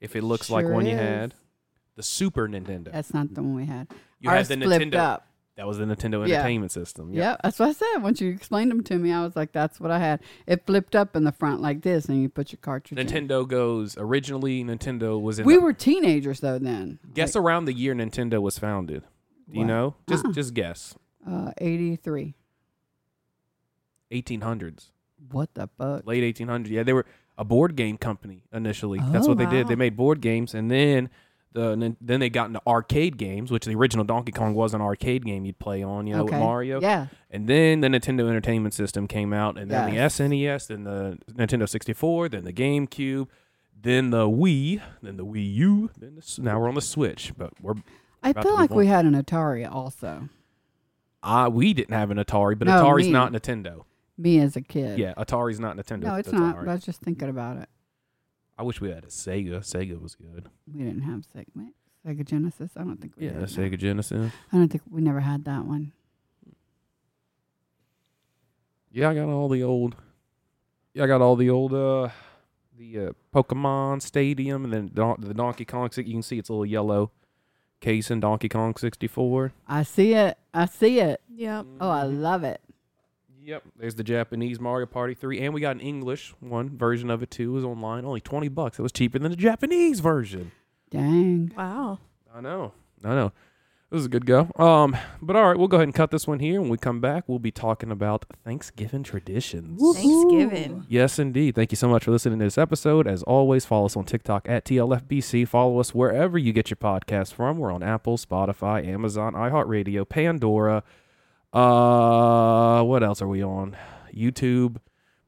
Speaker 2: If it looks like
Speaker 1: Sure
Speaker 2: one you
Speaker 1: is.
Speaker 2: had, the Super Nintendo.
Speaker 1: That's not the one we had.
Speaker 2: you
Speaker 1: Ours
Speaker 2: had the
Speaker 1: flipped
Speaker 2: Nintendo.
Speaker 1: up.
Speaker 2: That was the Nintendo
Speaker 1: Yeah.
Speaker 2: Entertainment System.
Speaker 1: Yeah, that's what I said. Once you explained them to me, I was like, "That's what I had." It flipped up in the front like this, and you put your cartridge. in.
Speaker 2: Nintendo goes originally. Nintendo was in.
Speaker 1: We
Speaker 2: the-
Speaker 1: were teenagers though then.
Speaker 2: guess around the year Nintendo was founded. Do you
Speaker 1: What?
Speaker 2: know? Just
Speaker 1: Uh-uh.
Speaker 2: just guess.
Speaker 1: Uh, 83.
Speaker 2: 1800s,
Speaker 1: What the fuck?
Speaker 2: late 1800s. Yeah, they were a board game company initially. That's
Speaker 1: Oh,
Speaker 2: what they did.
Speaker 1: wow.
Speaker 2: They made board games, and then the then they got into arcade games, which the original Donkey Kong was an arcade game you'd play on, you know, with Mario.
Speaker 1: Yeah.
Speaker 2: And then the Nintendo Entertainment System came out, and then
Speaker 1: Yes.
Speaker 2: the SNES, then the Nintendo 64, then the GameCube, then the Wii, then the Wii U, then the, S- now we're on the Switch. But we're
Speaker 1: I
Speaker 2: About
Speaker 1: feel
Speaker 2: to
Speaker 1: like
Speaker 2: move
Speaker 1: we had an Atari also.
Speaker 2: I we didn't have an Atari, but
Speaker 1: No,
Speaker 2: Atari's
Speaker 1: me.
Speaker 2: not Nintendo.
Speaker 1: Me as a kid.
Speaker 2: Yeah, Atari's not Nintendo.
Speaker 1: No, it's
Speaker 2: That's
Speaker 1: not.
Speaker 2: alright.
Speaker 1: But I was just thinking about it.
Speaker 2: I wish we had a Sega. Sega was good.
Speaker 1: We didn't have Sega, Sega Genesis. I don't think we
Speaker 2: Yeah,
Speaker 1: did. no.
Speaker 2: Sega Genesis.
Speaker 1: I don't think we never had that one.
Speaker 2: Yeah, I got all the old. Yeah, I got all the old uh the uh, Pokemon Stadium and then Don- the Donkey Kong. si- You can see it's a little yellow case in Donkey Kong 64.
Speaker 1: I see it. I see it.
Speaker 3: Yep.
Speaker 1: Oh, I
Speaker 2: Mm-hmm.
Speaker 1: love it.
Speaker 2: Yep, there's the Japanese Mario Party 3 and we got an English one version of it too. It was online, only 20 bucks. It was cheaper than the Japanese version.
Speaker 1: Dang.
Speaker 3: Wow.
Speaker 2: I know. I know. This is a good go. Um, but all right, we'll go ahead and cut this one here. When we come back, we'll be talking about Thanksgiving traditions.
Speaker 1: Woo.
Speaker 3: Thanksgiving.
Speaker 2: Yes, indeed. Thank you so much for listening to this episode. As always, follow us on TikTok at TLFBC. Follow us wherever you get your podcast from. We're on Apple, Spotify, Amazon, iHeartRadio, Pandora. Uh, what else are we on? YouTube.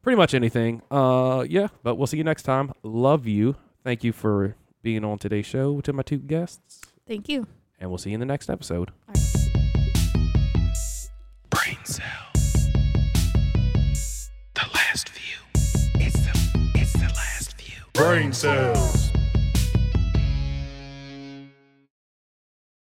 Speaker 2: Pretty much anything. Uh, yeah. But we'll see you next time. Love you. Thank you for being on today's show to my two guests,
Speaker 3: Thank you.
Speaker 2: and we'll see you in the next episode.
Speaker 4: Brain cell. The last view. It's the it's the last view.
Speaker 6: brain cells.